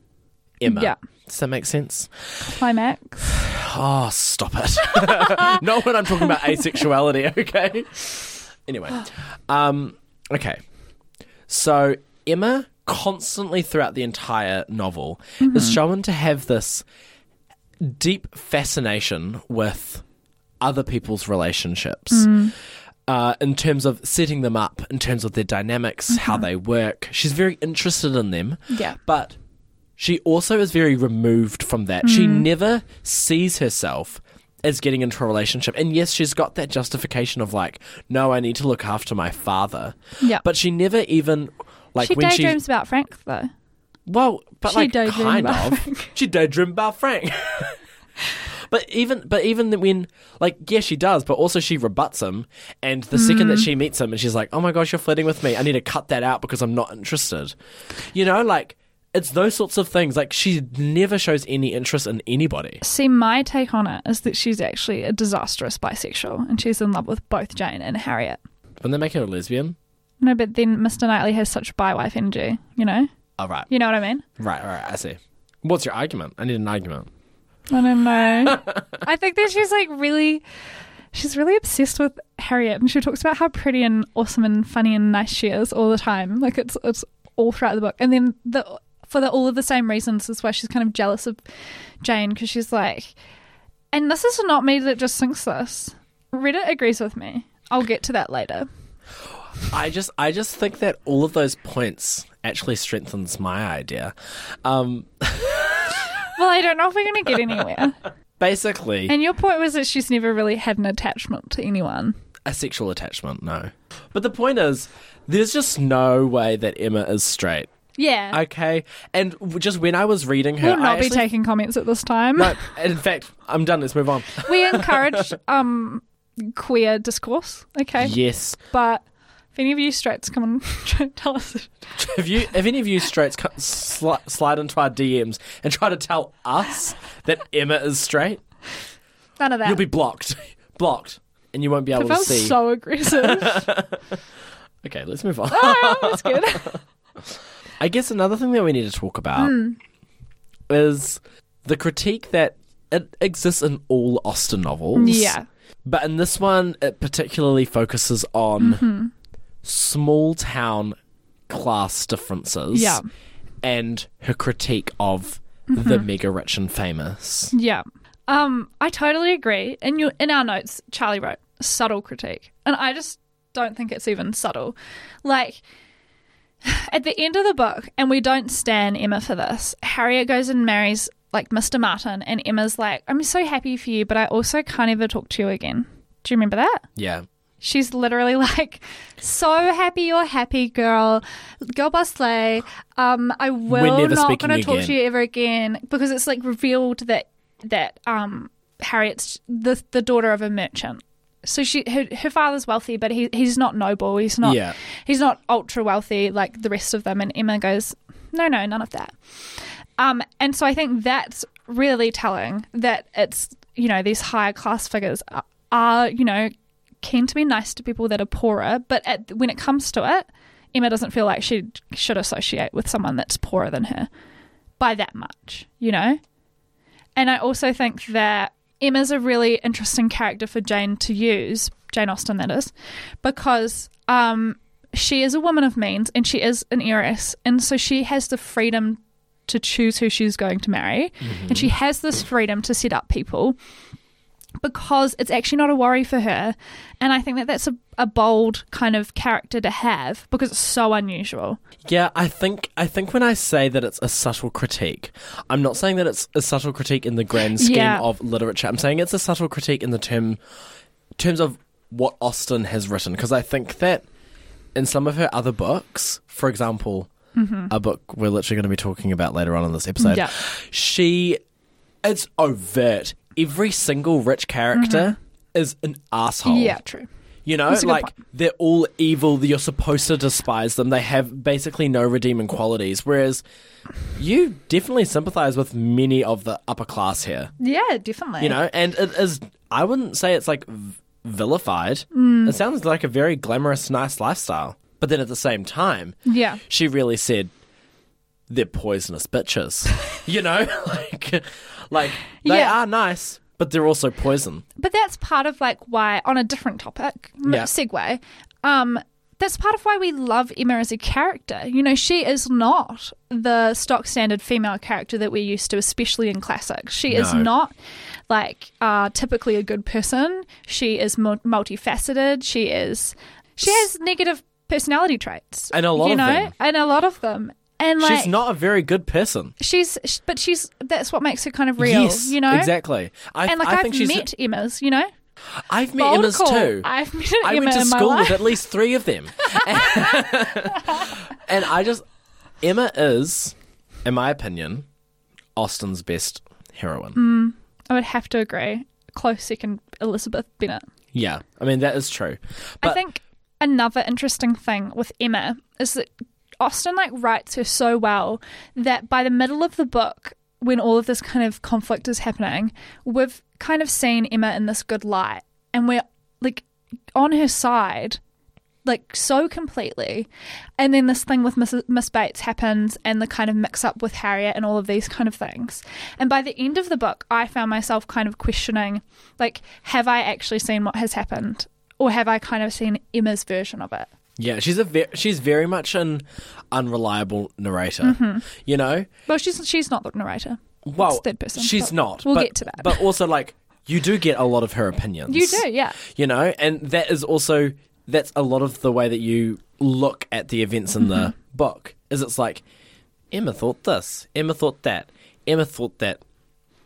B: Emma.
C: Yeah.
B: Does that make sense?
C: Climax.
B: Oh, stop it. <laughs> Not when I'm talking about asexuality, okay? Anyway. Um, okay. So Emma constantly throughout the entire novel is shown to have this deep fascination with other people's relationships. Uh, in terms of setting them up, in terms of their dynamics, how they work, she's very interested in them.
C: Yeah.
B: But she also is very removed from that. She never sees herself as getting into a relationship. And yes, she's got that justification of like, no, I need to look after my father.
C: Yeah.
B: But she never even like
C: she
B: when she
C: daydreams about Frank, though.
B: well, but
C: She
B: like
C: daydreamed
B: kind
C: about
B: of. <laughs> She daydreamed about Frank. <laughs> but even but even when like yeah she does, but also she rebuts him. And the second
C: Mm.
B: that she meets him, and she's like, oh my gosh, you're flirting with me. I need to cut that out because I'm not interested. You know, like it's those sorts of things. Like she never shows any interest in anybody.
C: See, my take on it is that she's actually a disastrous bisexual and she's in love with both Jane and Harriet.
B: When they make her a lesbian,
C: No, but then Mr. Knightley has such bi wife energy, you know?
B: all right,
C: You know what I mean?
B: right, all right. I see. What's your argument? I need an argument.
C: I
B: <laughs>
C: don't know. I think that she's like really, she's really obsessed with Harriet, and she talks about how pretty and awesome and funny and nice she is all the time. Like it's it's all throughout the book, and then the for the, all of the same reasons is why she's kind of jealous of Jane because she's like, and this is not me that just thinks this. Reddit agrees with me. I'll get to that later.
B: I just I just think that all of those points actually strengthens my idea. Um,
C: Well, I don't know if we're going to
B: <laughs>
C: get anywhere.
B: basically,
C: And your point was that she's never really had an attachment to anyone.
B: a sexual attachment, no. But the point is, there's just no way that Emma is straight.
C: Yeah.
B: Okay, and w- just when I was reading her,
C: We'll not
B: I
C: be
B: actually-
C: taking comments at this time. <laughs>
B: No, in fact, I'm done. Let's move on.
C: we encourage um queer discourse okay
B: yes.
C: but if any of you straights come <laughs> and try and tell us
B: If you, if any of you straights co- sli- slide into our DMs and try to tell us that Emma is straight,
C: none of that
B: you'll be blocked, <laughs> blocked, and you won't be
C: that
B: able to
C: felt
B: see.
C: so aggressive <laughs>
B: okay, let's move on.
C: oh,
B: <laughs>
C: that's good
B: I guess another thing that we need to talk about
C: Hmm.
B: is the critique that it exists in all Austen novels.
C: yeah
B: But in this one, it particularly focuses on
C: Mm-hmm.
B: small town class differences
C: Yeah. Mm-hmm.
B: and her critique of the mega rich and famous.
C: <laughs> yeah um i totally agree in your in our notes charlie wrote subtle critique and i just don't think it's even subtle like <sighs> at the end of the book and we don't stand emma for this harriet goes and marries like mr martin and emma's like i'm so happy for you but i also can't ever talk to you again do you remember that
B: Yeah.
C: She's literally <laughs> like, so happy you're happy, girl. Girl boss slay. Um, I will
B: never
C: not
B: speaking
C: going to talk
B: again.
C: to you ever again because it's like revealed that that um Harriet's the the daughter of a merchant. So she her, her father's wealthy, but he he's not noble. He's not
B: Yeah.
C: he's not ultra wealthy like the rest of them. And Emma goes, no, no, none of that. Um, and so I think that's really telling that it's, you know, these higher class figures are, are you know, keen to be nice to people that are poorer. But at, when it comes to it, Emma doesn't feel like she should associate with someone that's poorer than her by that much, you know? And I also think that Emma's a really interesting character for Jane to use, Jane Austen, that is, because um, she is a woman of means and she is an heiress. And so she has the freedom to choose who she's going to marry. And she has this freedom to set up people because it's actually not a worry for her. And I think that that's a, a bold kind of character to have because it's so unusual.
B: Yeah, I think I think when I say that it's a subtle critique, I'm not saying that it's a subtle critique in the grand scheme
C: <laughs> Yeah.
B: of literature. I'm saying it's a subtle critique in the term terms of what Austen has written because I think that in some of her other books, for example, a book we're literally going to be talking about later on in this episode,
C: Mm-hmm. Yeah.
B: she it's overt. Every single rich character is an asshole.
C: Mm-hmm. Yeah, true.
B: You know,
C: That's a good
B: like
C: point.
B: they're all evil. You're supposed to despise them. They have basically no redeeming qualities. Whereas you definitely sympathize with many of the upper class here.
C: Yeah, definitely.
B: You know, and it is. I wouldn't say it's like v- vilified.
C: Mm.
B: It sounds like a very glamorous, nice lifestyle. But then at the same time,
C: Yeah.
B: she really said they're poisonous
C: <laughs>
B: bitches. you know, <laughs> like, like they
C: Yeah.
B: are nice, but they're also poison.
C: but that's part of like why on a different topic m-
B: Yeah.
C: segue um that's part of why we love Emma as a character. You know, she is not the stock standard female character that we're used to, especially in classics. She is
B: No.
C: not like uh, typically a good person. She is mu- multifaceted. She is she has negative personality traits,
B: And a lot
C: you
B: of
C: know,
B: them.
C: and a lot of them. And like
B: She's not a very good person.
C: she's, sh- but she's that's what makes her kind of real,
B: Yes,
C: you know.
B: exactly. I,
C: And like
B: I
C: I've
B: think she's.
C: met Emmas, you know.
B: I've met
C: Bold
B: Emma's
C: call.
B: too.
C: I've met
B: I
C: Emma
B: went to
C: in my
B: school
C: life.
B: with at least three of
C: <laughs>
B: them, and I just Emma is, in my opinion, Austin's best heroine.
C: Mm. I would have to agree. Close second, Elizabeth Bennet.
B: Yeah, I mean that is true. But
C: I think another interesting thing with Emma is that Austen like writes her so well that by the middle of the book, when all of this kind of conflict is happening, we've kind of seen Emma in this good light, and we're like on her side, like so completely. And then this thing with Miss, Miss Bates happens, and the kind of mix up with Harriet and all of these kind of things. And by the end of the book, I found myself kind of questioning, like, have I actually seen what has happened, or have I kind of seen Emma's version of it?
B: Yeah, she's a ve- she's very much an unreliable narrator.
C: Mm-hmm.
B: You know,
C: Well, she's she's not the narrator.
B: well,
C: It's third person,
B: she's
C: but
B: not.
C: we'll
B: but-
C: get to that.
B: But also, like, you do get a lot of her opinions.
C: You do, yeah.
B: You know, and that is also that's a lot of the way that you look at the events in the book. Is it's like Emma thought this, Emma thought that, Emma thought that.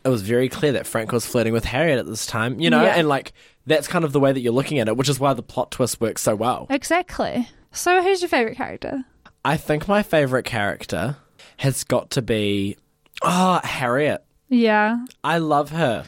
B: It was very clear that Frank was flirting with Harriet at this time, you know,
C: Yeah.
B: and like that's kind of the way that you're looking at it, which is why the plot twist works so well.
C: Exactly. So, who's your favorite character?
B: I think my favorite character has got to be ah Harriet.
C: Yeah,
B: I love her.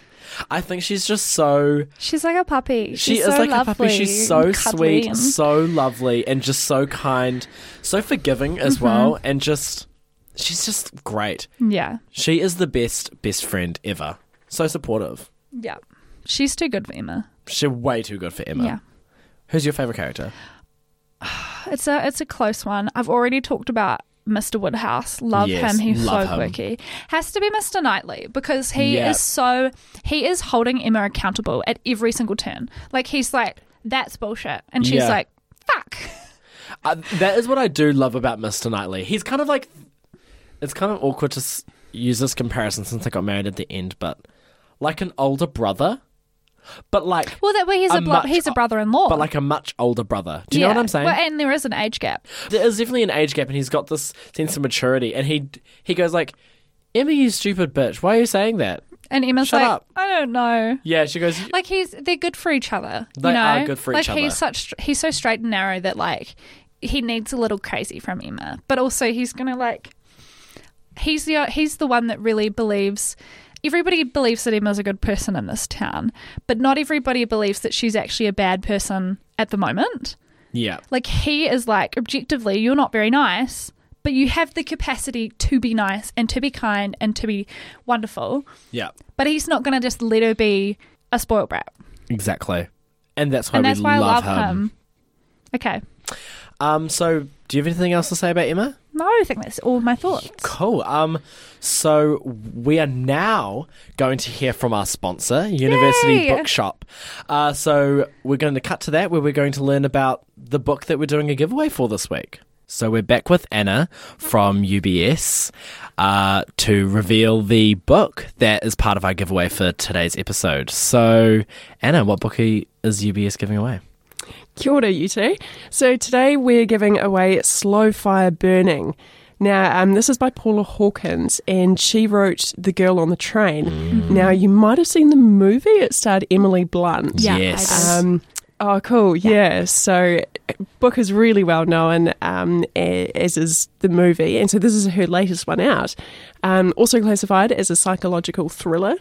B: I think she's just so
C: she's like a puppy. She's
B: she is
C: so
B: like
C: lovely
B: a puppy. She's so
C: and cuddly
B: sweet,
C: and-
B: so lovely, and just so kind, so forgiving
C: Mm-hmm.
B: as well, and just she's just great.
C: yeah,
B: She is the best best friend ever. So supportive.
C: yeah. She's too good for Emma.
B: She's way too good for Emma.
C: Yeah,
B: Who's your favorite character?
C: it's a it's a close one. I've already talked about Mr. Woodhouse. Love
B: Yes,
C: him. He's
B: love
C: so
B: him.
C: quirky. Has to be Mr. Knightley because he
B: Yeah.
C: is so he is holding Emma accountable at every single turn. Like he's like that's bullshit, and she's
B: Yeah.
C: like fuck.
B: Uh, that is what I do love about Mr. Knightley. He's kind of like. It's kind of awkward to s- use this comparison since I got married at the end, but like an older brother, but like.
C: Well, that way he's a,
B: A
C: blo-
B: much-
C: he's a brother-in-law.
B: But like a much older brother. Do you know what I'm saying?
C: Well, and there is an age gap.
B: there is definitely an age gap, and he's got this sense of maturity, and he he goes like, "Emma, you stupid bitch! Why are you saying that?"
C: And Emma's
B: Shut
C: like,
B: up.
C: I don't know.
B: Yeah, she goes,
C: Like he's they're good for each other.
B: They
C: you know?
B: are good for each
C: like
B: other.
C: he's such he's so straight and narrow that like he needs a little crazy from Emma, but also he's gonna like he's the he's the one that really believes. Everybody believes that Emma's a good person in this town, but not everybody believes that she's actually a bad person at the moment.
B: "Yeah,
C: Like he is like objectively, you're not very nice, but you have the capacity to be nice and to be kind and to be wonderful.
B: yeah,
C: But he's not going to just let her be a spoiled brat.
B: exactly." And that's why
C: And
B: we
C: that's why
B: love,
C: I love him. Okay.
B: Um, so do you have anything else to say about Emma?
C: No, I think that's all my thoughts.
B: Cool. Um, so we are now going to hear from our sponsor, University
C: Yay!
B: Bookshop. Uh, so we're going to cut to that where we're going to learn about the book that we're doing a giveaway for this week. So we're back with Anna from UBS uh, to reveal the book that is part of our giveaway for today's episode. So Anna, what book are- is UBS giving away?
D: Kia ora, you two. So today we're giving away Slow Fire Burning. Now, um, this is by Paula Hawkins, and she wrote The Girl on the Train. Now, you might have seen the movie. It starred Emily Blunt.
B: Yeah, Yes. I
D: Um, oh, cool. Yeah. So, book is really well known, um, a- as is the movie. And so, this is her latest one out. Um, also classified as a psychological thriller.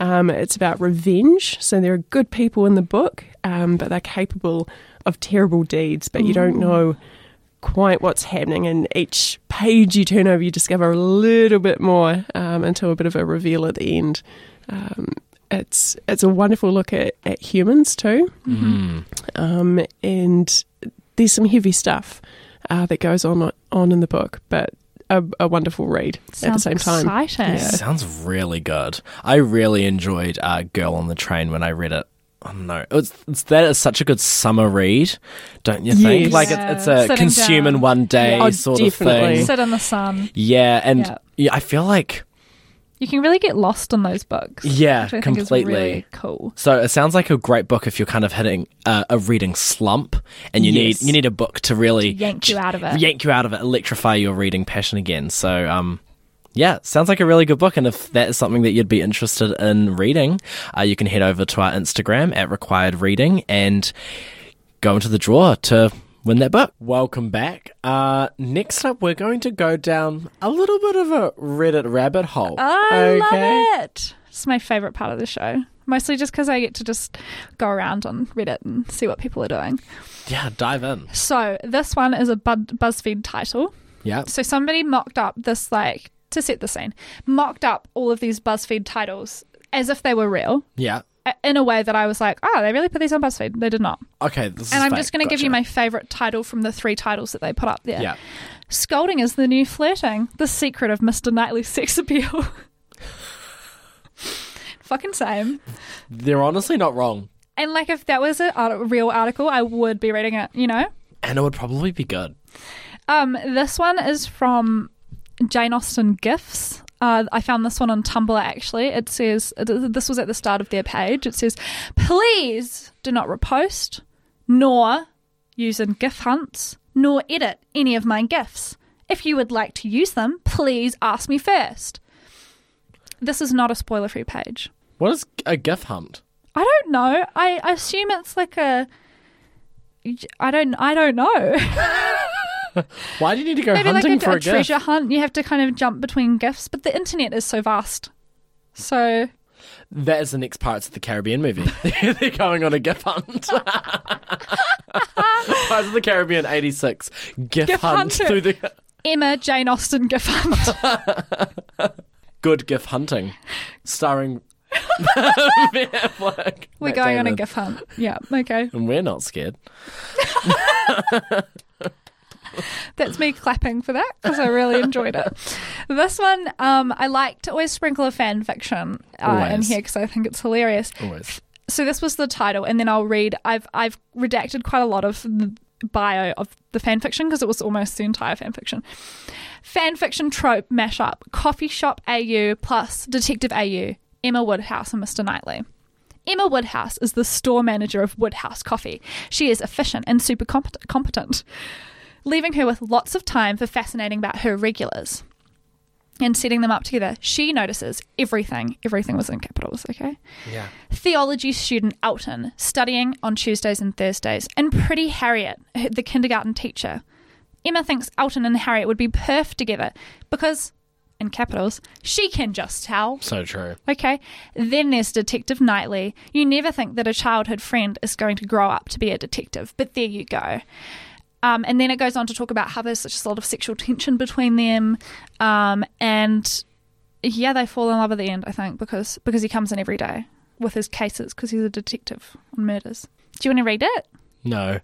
D: Um, it's about revenge. So, there are good people in the book, um, but they're capable of terrible deeds, but you don't know quite what's happening. And each page you turn over, you discover a little bit more um, until a bit of a reveal at the end. Um, it's it's a wonderful look at, at humans too,
B: Mm.
D: um, and there's some heavy stuff uh, that goes on on in the book, but a, a wonderful read at the
C: Mm-hmm. Sounds
D: same time.
C: exciting.
D: Yeah.
B: Sounds really good. I really enjoyed uh, "Girl on the Train" when I read it. Oh no, it's, it's that is such a good summer read, don't you think?
D: Yes.
B: Like it's, it's a
C: Sitting
B: consume in
C: down.
B: one day
D: Yeah. Oh,
B: sort of
D: definitely.
B: thing.
D: So-
C: Sit in the sun.
B: yeah, and
C: Yeah.
B: yeah. I feel like
C: You can really get lost in those books.
B: Yeah,
C: which I
B: completely.
C: Think is really cool.
B: so. It sounds like a great book if you're kind of hitting uh, a reading slump, and you
D: Yes.
B: need you need a book to really
C: Yank you out of it.
B: yank you out of it, electrify your reading passion again. So, um, yeah, sounds like a really good book. And if that is something that you'd be interested in reading, uh, you can head over to our Instagram at required reading and go into the drawer to win that book. Welcome back. Uh, next up, we're going to go down a little bit of a Reddit rabbit hole.
C: Oh, I love it. It's my favorite part of the show. Mostly just because I get to just go around on Reddit and see what people are doing.
B: Yeah, dive in.
C: So this one is a Bud- BuzzFeed title.
B: Yeah.
C: So somebody mocked up this, like, to set the scene, mocked up all of these BuzzFeed titles as if they were real
B: Yeah.
C: uh, in a way that I was like, oh, they really put these on BuzzFeed. They did not.
B: Okay. This is
C: And I'm
B: fake.
C: just going to give
B: Gotcha.
C: you my favorite title from the three titles that they put up there.
B: Yeah.
C: Scolding is the new flirting, the secret of Mr. Knightley's sex appeal. <laughs> Fucking same.
B: They're honestly not wrong.
C: And like, if that was a art- real article, I would be reading it, you know?
B: And it would probably be good.
C: Um, this one is from Jane Austen Gifts. Uh, I found this one on Tumblr actually. It says, this was at the start of their page. It says, please do not repost, nor use in GIF hunts, nor edit any of my GIFs. If you would like to use them, please ask me first. This is not a spoiler free page.
B: What is a GIF hunt?
C: I don't know. I I assume it's like a. I don't. I don't know. <laughs>
B: Why do you need to go
C: Maybe
B: hunting
C: like a,
B: for a,
C: a
B: GIF?
C: treasure hunt. You have to kind of jump between gifts, but the internet is so vast. So
B: That is the next Pirates of the Caribbean movie. <laughs> They're going on a GIF hunt. <laughs> Pirates of the Caribbean 86. GIF,
C: GIF
B: hunt
C: hunter.
B: through the.
C: Emma Jane Austen gift hunt.
B: <laughs> Good GIF hunting. Starring. <laughs> We're
C: We're going on a gift hunt. Yeah. Okay.
B: And we're not scared.
C: That's me clapping for that because I really enjoyed it. This one, um, I like to always sprinkle a fan fiction uh, in
B: Always.
C: here because I think it's hilarious.
B: Always.
C: so this was the title, and then I'll read. I've I've redacted quite a lot of the bio of the fan fiction because it was almost the entire fan fiction. Fan fiction trope mashup: coffee shop AU plus detective AU. Emma Woodhouse and Mr. Knightley. Emma Woodhouse is the store manager of Woodhouse Coffee. She is efficient and super compet- competent, leaving her with lots of time for fascinating about her regulars and setting them up together. She notices everything. Everything was in capitals, okay?
B: Yeah.
C: theology student Elton, studying on Tuesdays and Thursdays, and pretty Harriet, the kindergarten teacher. Emma thinks Elton and Harriet would be perfect together because, in capitals, she can just tell.
B: So true.
C: Okay, then there's Detective Knightley. You never think that a childhood friend is going to grow up to be a detective, but there you go. Um, and then it goes on to talk about how there's such a lot of sexual tension between them, um, and yeah, they fall in love at the end. I think because because he comes in every day with his cases because he's a detective on murders. Do you want to read it? <laughs>
B: No.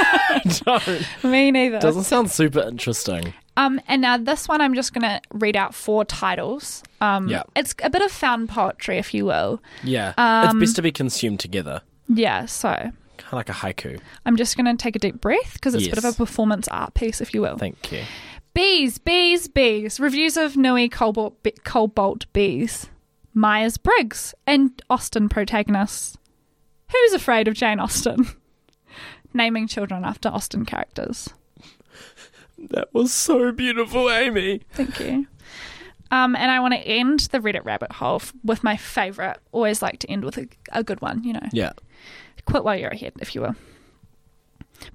B: <laughs> Don't.
C: Me neither.
B: Doesn't sound super interesting.
C: Um, and now this one, I'm just going to read out four titles. Um,
B: Yeah.
C: It's a bit of found poetry, if you will.
B: Yeah. it's
C: Um,
B: best to be consumed together.
C: Yeah. So
B: Kind of like a haiku.
C: I'm just going to take a deep breath because it's a bit
B: Yes.
C: of a performance art piece, if you will.
B: Thank you.
C: Bees, bees, bees. Reviews of Nui Cobalt, Be- Cobalt Bees. Myers Briggs and Austen protagonists. Who's afraid of Jane Austen? <laughs> Naming children after Austen characters.
B: That was so beautiful, Amy.
C: Thank you. Um, and I want to end the Reddit rabbit hole f- with my favourite. Always like to end with a, a good one, you know.
B: Yeah.
C: Quit while you're ahead, if you will.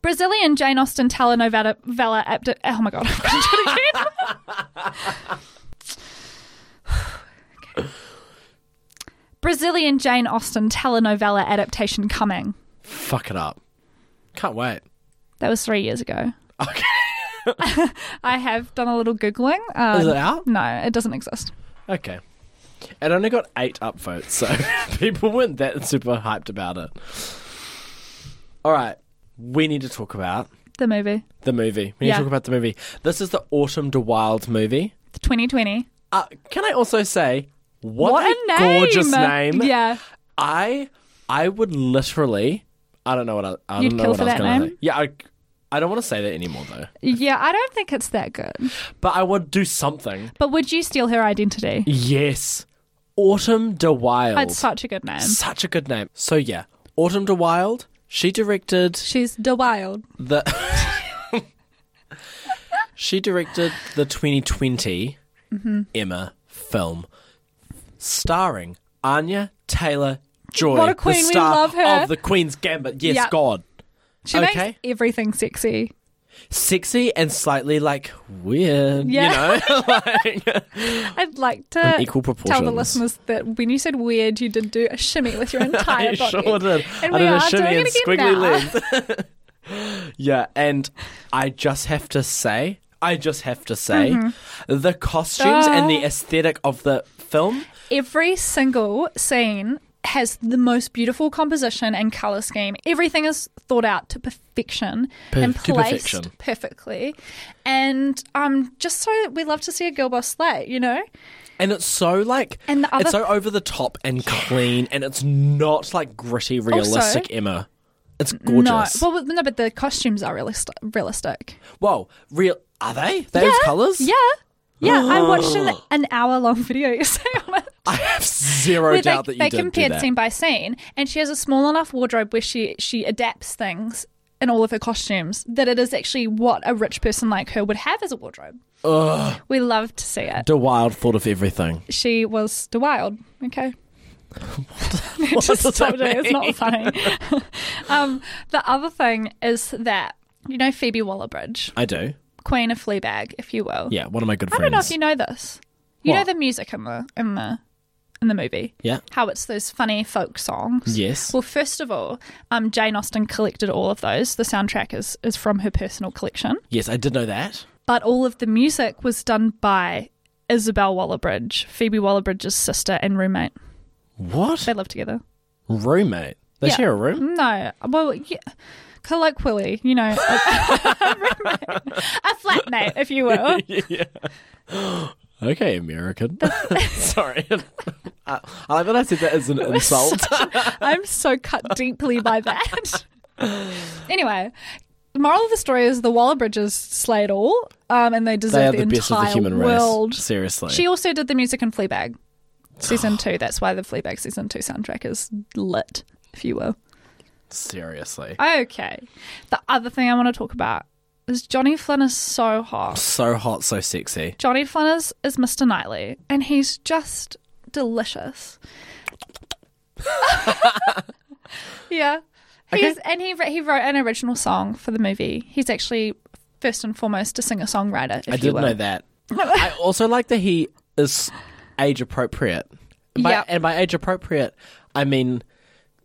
C: Brazilian Jane Austen telenovela Vela abd- Oh my god, <laughs> I'm going to do it again. Okay. <sighs> Brazilian Jane Austen telenovela adaptation coming.
B: Fuck it up. Can't wait. <laughs>
C: That was three years ago.
B: Okay.
C: I have done a little googling. Um,
B: Is it out?
C: No, it doesn't exist.
B: Okay. It only got eight upvotes, so <laughs> people weren't that super hyped about it. All right. We need to talk about
C: The movie,
B: the movie. We need
C: Yeah.
B: to talk about the movie. This is the Autumn de Wilde movie.
C: the 2020.
B: Uh, can I also say, what,
C: What
B: a,
C: a name!
B: gorgeous name.
C: Yeah.
B: I I would literally. I don't know what I. I don't
C: You'd
B: know
C: kill
B: what
C: for
B: I was
C: that
B: gonna
C: name?
B: say. Yeah, I, I don't want to say that anymore though.
C: Yeah, I don't think it's that good.
B: But I would do something.
C: But would you steal her identity?
B: Yes, Autumn de Wilde.
C: It's such a good name.
B: Such a good name. So yeah, Autumn de Wilde. She directed
C: She's the wild.
B: the. <laughs> she directed the 2020
C: Mm-hmm.
B: Emma film, starring Anya Taylor Joy,
C: What a queen,
B: the
C: we
B: star
C: love her.
B: of the Queen's Gambit. Yes,
C: Yep.
B: God.
C: She
B: Okay.
C: makes everything sexy.
B: sexy and slightly like weird.
C: Yeah.
B: You know, <laughs>
C: <laughs>
B: like
C: I'd like to
B: In equal
C: tell the
B: proportions.
C: listeners that when you said weird, you did do a shimmy with
B: <laughs>
C: your entire
B: I
C: body.
B: sure did.
C: And
B: I
C: we
B: did a
C: are
B: shimmy
C: doing
B: and
C: it again
B: squiggly
C: <laughs>
B: <laughs>
C: now.
B: legs. yeah, and I just have to say, I just have to say,
C: Mm-hmm.
B: the costumes
C: Ah.
B: and the aesthetic of the film.
C: Every single scene has the most beautiful composition and color scheme. Everything is thought out to perfection
B: Per-
C: and
B: to
C: placed
B: perfection.
C: perfectly. And um, just so we love to see a Gilboa Slate, you know?
B: And it's so like
C: And the
B: it's so
C: other-
B: over the top and clean and it's not like gritty realistic Emma. It's gorgeous.
C: No, well, no, but the costumes are realistic. realistic.
B: Whoa, real are they? Those colours?
C: Yeah. Yeah, I watched an,
B: Ah.
C: an hour long video <laughs> essay on it.
B: I have zero
C: where
B: doubt
C: they,
B: that
C: they
B: you did do
C: compared
B: that.
C: scene by scene, and she has a small enough wardrobe where she she adapts things in all of her costumes that it is actually what a rich person like her would have as a wardrobe. We love to see it.
B: The wild thought of everything.
C: She was the wild.
B: <laughs>
C: Okay. <laughs>
B: What
C: Just
B: does that
C: told her it's not funny. <laughs> um, the other thing is that you know Phoebe Waller-Bridge,
B: I do.
C: Queen of Fleabag, if you will.
B: Yeah, one of my good
C: I
B: friends.
C: don't know if you know this. You
B: What?
C: know the music in the in the in the movie.
B: Yeah.
C: How it's those funny folk songs.
B: Yes.
C: Well, first of all, um, Jane Austen collected all of those. The soundtrack is is from her personal collection,
B: yes, I did know that.
C: but all of the music was done by Isabel Waller-Bridge, Phoebe Waller-Bridge's sister and roommate.
B: What?
C: They lived together.
B: Roommate. They
C: Yeah.
B: share a
C: <laughs>
B: room? <gasps>
C: No, well, yeah, colloquially, you know, a, <laughs> a roommate, a flatmate, if you will.
B: Okay, American. <laughs> Sorry. <laughs> I, I like that I said that as an insult.
C: I'm so cut deeply
B: <laughs>
C: by that. anyway, the moral of the story is the Waller Bridges slay it all, um, and they deserve
B: they are
C: the,
B: the best of
C: entire
B: the human
C: world.
B: race. Seriously.
C: She also did the music in Fleabag
B: <sighs>
C: season two. That's why the Fleabag season two soundtrack is lit, if you will.
B: Seriously.
C: Okay. The other thing I want to talk about is Johnny Flynn is so hot.
B: So hot, so sexy.
C: Johnny Flynn is, is Mr. Knightley, and he's just
B: <laughs>
C: delicious. yeah. He's, And he, wr- he wrote an original song for the movie. He's actually, first and foremost, a singer songwriter. If
B: I
C: you
B: did
C: will.
B: know
C: <laughs>
B: that. I also like that he is age appropriate. By,
C: Yep.
B: And by age appropriate, I mean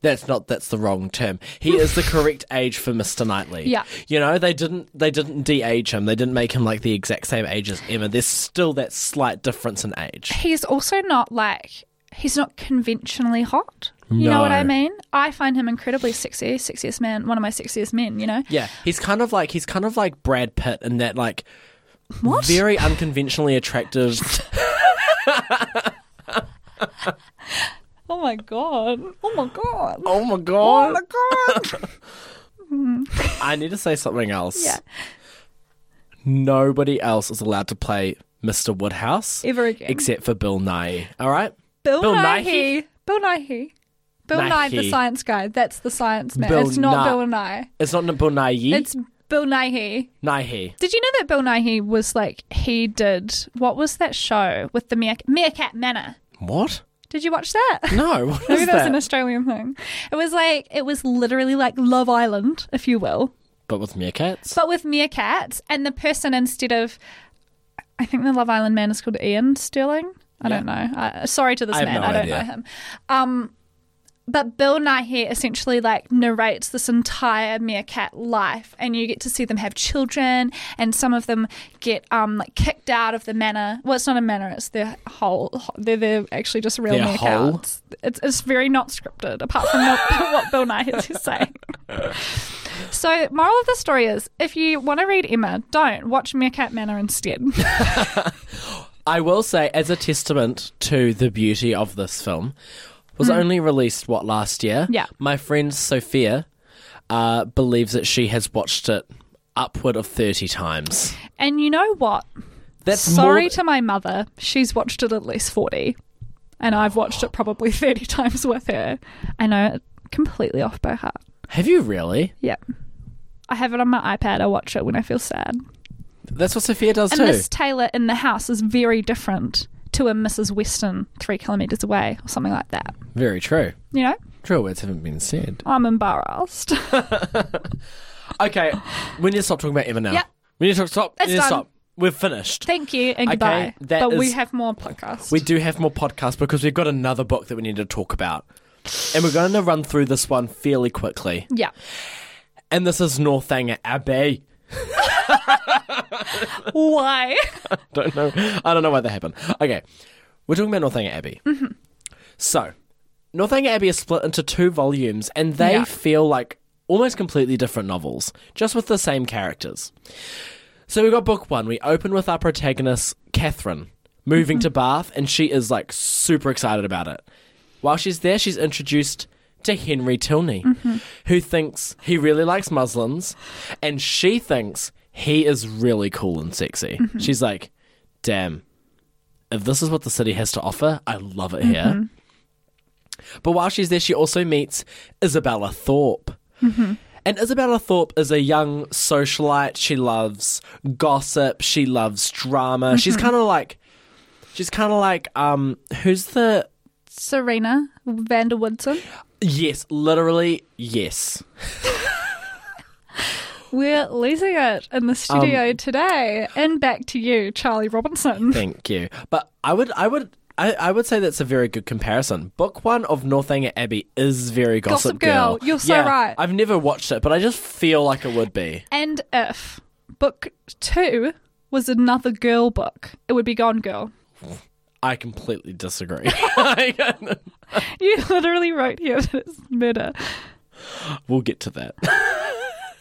B: that's not that's the wrong term. He is the
C: <laughs>
B: correct age for Mr. Knightley.
C: Yeah.
B: You know, they didn't they didn't de-age him. They didn't make him like the exact same age as Emma. There's still that slight difference in age.
C: he's also not like he's not conventionally hot. You know what
B: No.
C: I mean? I find him incredibly sexy, sexiest man, one of my sexiest men. You know?
B: Yeah. He's kind of like he's kind of like Brad Pitt in that like
C: What?
B: very unconventionally
C: <laughs>
B: attractive
C: oh my god! Oh my god!
B: Oh my god.
C: my
B: <laughs>
C: god!
B: I need to say something else.
C: Yeah.
B: Nobody else is allowed to play Mr. Woodhouse
C: Ever again.
B: except for Bill Nye. All right?
C: Bill,
B: Bill
C: Nighy. Bill Nighy. Bill Nye, the
B: Nighy.
C: science guy. That's the science man.
B: Bill
C: it's not
B: Nye.
C: Bill Nye.
B: It's not Bill Nye.
C: It's Bill Nighy.
B: Nye.
C: Did you know that Bill Nighy was like he did what was that show with the Mere- Meerkat Manor?
B: What?
C: Did you watch that?
B: No. <laughs> What
C: <laughs> Maybe
B: is
C: that was
B: that?
C: an Australian thing. It was like it was literally like Love Island, if you will,
B: but with meerkats?
C: but with meerkats. And the person instead of, I think the Love Island man is called Ian Sterling. I don't know. I, sorry to this
B: I have
C: man.
B: no
C: I don't
B: idea.
C: know him. Um, but Bill Nighy essentially like narrates this entire meerkat life, and you get to see them have children, and some of them get um like kicked out of the manor. Well, it's not a manor; it's their whole. They're they're actually just real
B: Their whole?
C: meerkats it's, it's very not scripted, apart from what, <laughs> what Bill Nye is
B: <laughs>
C: saying. So, moral of the story is: if you want to read Emma, don't watch Meerkat Manor instead.
B: I will say, as a testament to the beauty of this film, was only released what last year.
C: Hmm. Yeah.
B: My friend Sophia uh, believes that she has watched it upward of thirty times.
C: and you know what?
B: That's
C: Sorry
B: more-
C: to my mother, she's watched it at least forty, and I've watched it probably <laughs> thirty times with her. I know it completely off by heart.
B: Have you really?
C: Yep. I have it on my iPad. I watch it when I feel sad.
B: That's what Sophia does
C: And
B: too.
C: Miss Taylor in the house is very different to a Mrs. Weston three kilometres away or something like that.
B: Very true.
C: You know?
B: True words haven't been said.
C: I'm embarrassed. <laughs>
B: Okay, we need to stop talking about Emma now.
C: Yep.
B: We need to stop.
C: It's
B: we need to
C: done.
B: stop. We're finished.
C: Thank you and
B: Okay,
C: goodbye.
B: that
C: but we
B: is-
C: have more podcasts.
B: we do have more podcasts because we've got another book that we need to talk about. And we're going to <laughs> run through this one fairly quickly.
C: yeah.
B: And this is Northanger Abbey. <laughs>
C: Why?
B: don't know. I don't know why that happened. Okay, we're talking about Northanger Abbey. So, Northanger Abbey is split into two volumes, and they
C: Yeah.
B: feel like almost completely different novels, just with the same characters. So we got book one. We open with our protagonist Catherine moving to Bath, and she is like super excited about it. While she's there, she's introduced to Henry Tilney, who thinks he really likes Muslims, and she thinks he is really cool and sexy. She's like, "Damn, if this is what the city has to offer, I love it here. But while she's there, she also meets Isabella Thorpe. And Isabella Thorpe is a young socialite. She loves gossip. She loves drama. She's kind of like, she's kind of like, um, who's the?
C: Serena Vanderwoodson.
B: Yes, literally, yes.
C: We're losing it in
B: Um,
C: the studio today. And back to you, Charlie Robinson.
B: Thank you. But I would, I would. I, I would say that's a very good comparison. Book one of Northanger Abbey is very Gossip,
C: Gossip Girl. You're so
B: Yeah,
C: right.
B: I've never watched it, but I just feel like it would be.
C: And if book two was another girl book, it would be Gone Girl. <laughs>
B: I completely disagree. <laughs> I-
C: You literally wrote here that it's murder.
B: we'll get to that.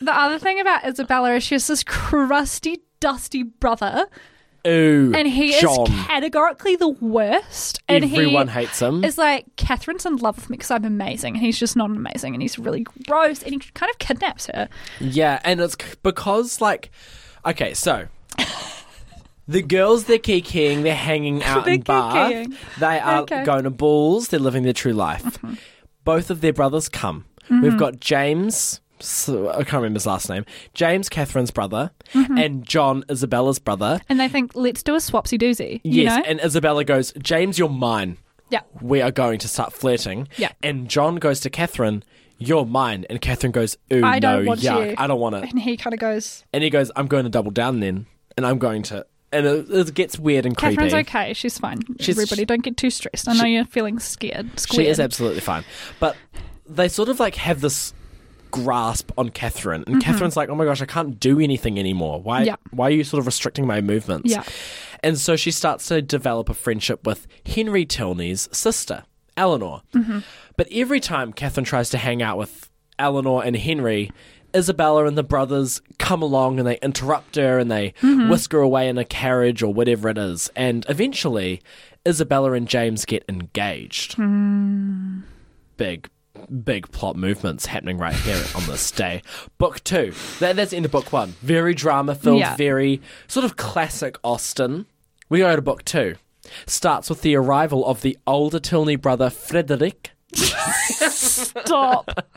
C: The other thing about Isabella is she has this crusty, dusty brother,
B: Ooh,
C: and he
B: John.
C: is categorically the worst. And
B: Everyone
C: he
B: hates him.
C: is like, Catherine's in love with me because I'm amazing, and he's just not amazing, and he's really gross, and he kind of kidnaps her.
B: yeah, and it's c- because like, okay, so. The girls, they're kikiing, they're
C: <laughs>
B: hanging out
C: They're
B: in Bath.
C: kikiing.
B: They are
C: Okay. Mm-hmm.
B: going to balls, they're living their true life. Both of their brothers come. We've got James, so I can't remember his last name, James, Catherine's brother,
C: Mm-hmm.
B: and John, Isabella's brother.
C: And they think, let's do a swapsy doozy. you
B: Yes,
C: know?
B: and Isabella goes, James, you're mine.
C: yeah.
B: we are going to start flirting.
C: Yeah.
B: And John goes to Catherine, you're mine. And Catherine goes, ooh,
C: I don't
B: no,
C: want
B: yuck,
C: you."
B: I don't want it.
C: And he kind of goes,
B: And he goes, I'm going to double down then. And I'm going to. And it, it gets weird and creepy.
C: Catherine's okay. She's fine.
B: She's-
C: Everybody, don't get too stressed. I know you're feeling scared.
B: She is
C: squared."
B: absolutely fine. But they sort of like have this grasp on Catherine. And Catherine's like, oh my gosh, I can't do anything anymore. Why,
C: Mm-hmm. Yeah.
B: why are you sort of restricting my movements?
C: Yeah.
B: And so she starts to develop a friendship with Henry Tilney's sister, Eleanor.
C: Mm-hmm.
B: But every time Catherine tries to hang out with Eleanor and Henry, Isabella and the brothers come along and they interrupt her and they whisk her away in a carriage or whatever it is. And eventually, Isabella and James get engaged. Big, big plot movements happening right here on this day. Book two. That, that's the end of book one. Very drama filled,
C: Yeah.
B: very sort of classic Austen. We go to book two. Starts with the arrival of the older Tilney brother, Frederick. <laughs>
C: Stop.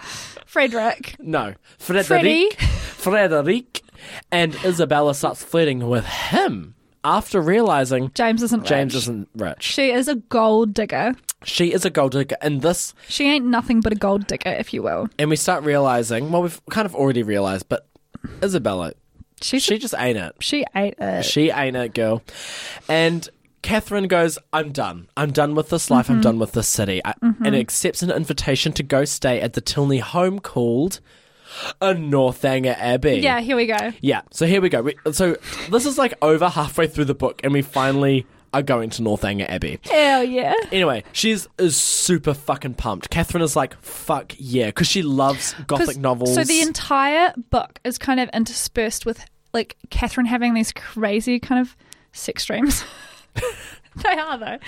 C: Frederick.
B: No, <laughs> Frederick. Frederick and Isabella starts flirting with him after realizing
C: James isn't
B: James
C: rich.
B: isn't rich.
C: She is a gold digger.
B: She is a gold digger, and this,
C: She ain't nothing but a gold digger, if you will.
B: and we start realizing. Well, we've kind of already realized, but Isabella,
C: She's
B: she just ain't it.
C: she ate it.
B: She ain't it, girl. And Catherine goes, I'm done. I'm done with this life.
C: Mm-hmm.
B: I'm done with this city. I, And accepts an invitation to go stay at the Tilney home called a Northanger Abbey.
C: Yeah, here we go.
B: Yeah. So here we go. We, so this is like over halfway through the book, and we finally are going to Northanger Abbey.
C: Hell yeah.
B: Anyway, she's is super fucking pumped. Catherine is like, fuck yeah, because she loves
C: 'Cause-
B: gothic novels.
C: So the entire book is kind of interspersed with like Catherine having these crazy kind of sex dreams. <laughs> they are though.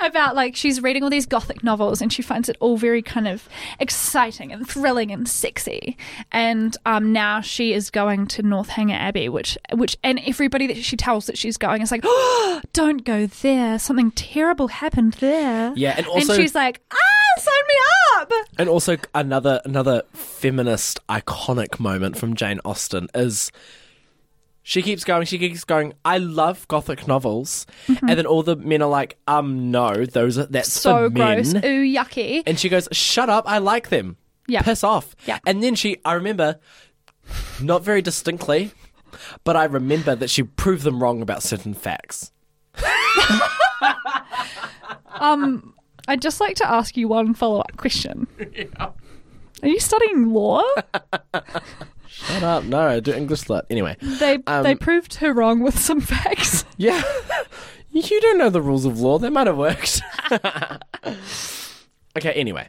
C: About like she's reading all these gothic novels and she finds it all very kind of exciting and thrilling and sexy. And um, now she is going to Northanger Abbey, which which and everybody that she tells that she's going is like, <gasps> oh, don't go there. Something terrible happened there.
B: yeah, and also
C: and she's like, ah, sign me up.
B: And also another another feminist iconic moment from Jane Austen is she keeps going, she keeps going, I love gothic novels. And then all the men are like, um no, those are that's
C: Mm-hmm.
B: for
C: So
B: men.
C: gross. Ooh, yucky.
B: And she goes, Shut up, I like them.
C: Yeah.
B: Piss off.
C: Yeah.
B: And then she I remember not very distinctly, but I remember that she proved them wrong about certain facts.
C: Um, I'd just like to
B: <laughs>
C: ask you one follow up question. Are you studying law?
B: Shut up. No, I do English lit. Anyway.
C: They
B: <laughs> Um,
C: they proved her wrong with
B: <laughs>
C: some facts.
B: Yeah. you don't know the rules of law. That might have worked. <laughs> okay, anyway.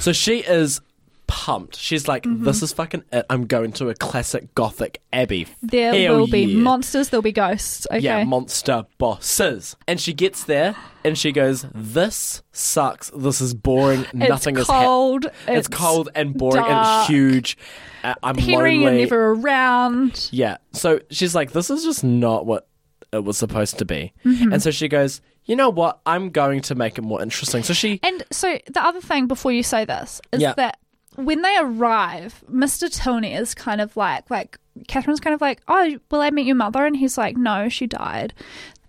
B: So she is pumped. She's like, this is fucking it. I'm going to a classic gothic abbey.
C: There
B: Hell
C: will be
B: yeah.
C: monsters. There'll be ghosts. Okay.
B: Yeah, monster bosses. And she gets there and she goes, This sucks. This is <gasps> boring. Nothing
C: it's
B: is happening.
C: cold.
B: It's, cold and boring and
C: dark.
B: it's huge. Uh, I'm
C: Henry, you're
B: lonely.
C: never around.
B: Yeah. So she's like, this is just not what it was supposed to be.
C: Mm-hmm.
B: And so she goes, you know what? I'm going to make it more interesting. So she.
C: And so the other thing before you say this is
B: Yeah.
C: that when they arrive, Mr. Tilney is kind of like like Catherine's kind of like, Oh, will I meet your mother? And he's like, No, she died.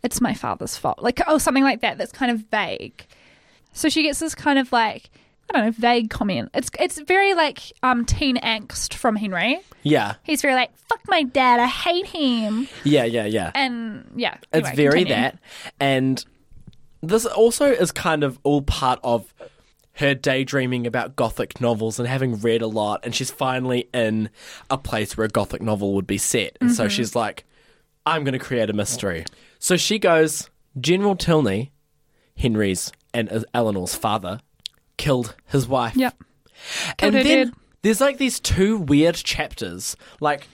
C: It's my father's fault. Like oh something like that that's kind of vague. So she gets this kind of like I don't know, vague comment. It's it's very like um teen angst from Henry.
B: Yeah.
C: He's very like, Fuck my dad, I hate him
B: Yeah, yeah, yeah.
C: and yeah.
B: it's
C: anyway,
B: very
C: continue.
B: that. And this also is kind of all part of her daydreaming about gothic novels and having read a lot. And she's finally in a place where a gothic novel would be set. And
C: Mm-hmm.
B: so she's like, I'm going to create a mystery. So she goes, General Tilney, Henry's and Eleanor's father, killed his wife.
C: Yep.
B: and
C: Killed her
B: then
C: dead.
B: there's like these two weird chapters, like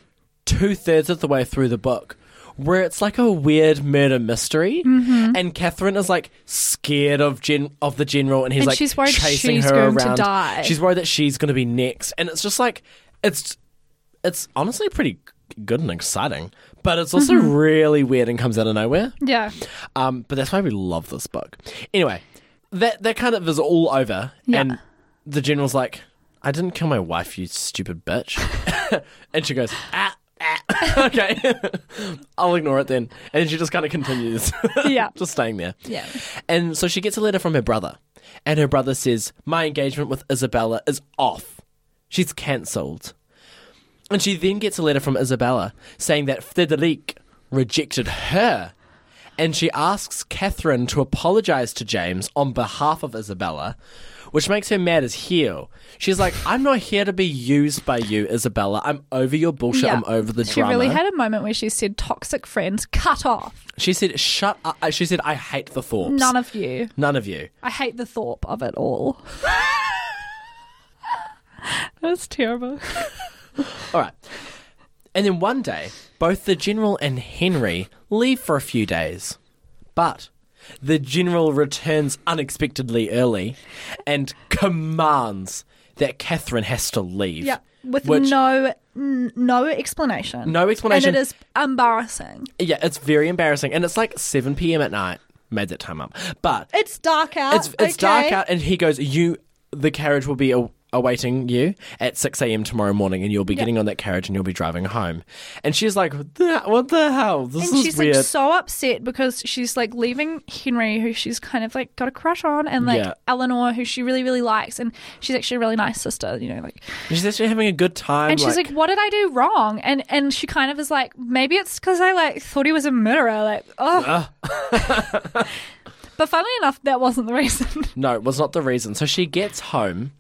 B: two thirds of the way through the book, where it's like a weird murder mystery,
C: Mm-hmm.
B: and Catherine is like scared of gen of the general, and he's
C: And
B: like
C: she's worried
B: chasing
C: she's
B: her
C: going to
B: around.
C: die.
B: She's worried that she's going to be next, and it's just like it's it's honestly pretty g- good and exciting, but it's also
C: Mm-hmm.
B: really weird and comes out of nowhere.
C: Yeah. <laughs>
B: Um, but that's why we love this book. Anyway, that that kind of is all over,
C: Yeah.
B: and the general's like, "I didn't kill my wife, you stupid bitch," <laughs> and she goes, "Ah." ah." <laughs> okay, I'll ignore it then. And she just kind of continues, <laughs>
C: Yeah.
B: just staying there.
C: Yeah.
B: And so she gets a letter from her brother, and her brother says, "My engagement with Isabella is off. She's cancelled." And she then gets a letter from Isabella saying that Frederic rejected her. And she asks Catherine to apologize to James on behalf of Isabella, which makes her mad as hell. She's like, I'm not here to be used by you, Isabella. I'm over your bullshit. I'm over the
C: she
B: drama.
C: really had a moment where she said, "Toxic friends, cut off.
B: she said, Shut up. She said, I hate the Thorpes.
C: None of you.
B: None of you.
C: I hate the thorp of it all." <laughs> That's terrible.
B: All right. And then one day, both the general and Henry leave for a few days. But the general returns unexpectedly early and commands that Catherine has to leave.
C: Yeah, with
B: Which-
C: no n- no explanation.
B: No explanation.
C: and it is embarrassing.
B: Yeah, it's very embarrassing. And it's like 7 p.m. at night. Made that time up. But
C: It's dark out.
B: it's, it's dark
C: Ah, okay?
B: out, and he goes, You, the carriage will be a- awaiting you at 6 a.m. tomorrow morning, and you'll be getting on that carriage and you'll be driving home. And she's like, What the, what the hell? This
C: And
B: is
C: she's
B: weird.
C: like so upset because she's like leaving Henry, who she's kind of like got a crush on, and like
B: Yeah.
C: Eleanor, who she really really likes, and she's actually a really nice sister, you know, like
B: She's actually having a good time.
C: and she's like, "What did I do wrong?" And and she kind of is like, "Maybe it's because I like thought he was a murderer." Like, oh. Ah. <laughs> but funnily enough, that wasn't the reason.
B: no, it was not the reason. So she gets home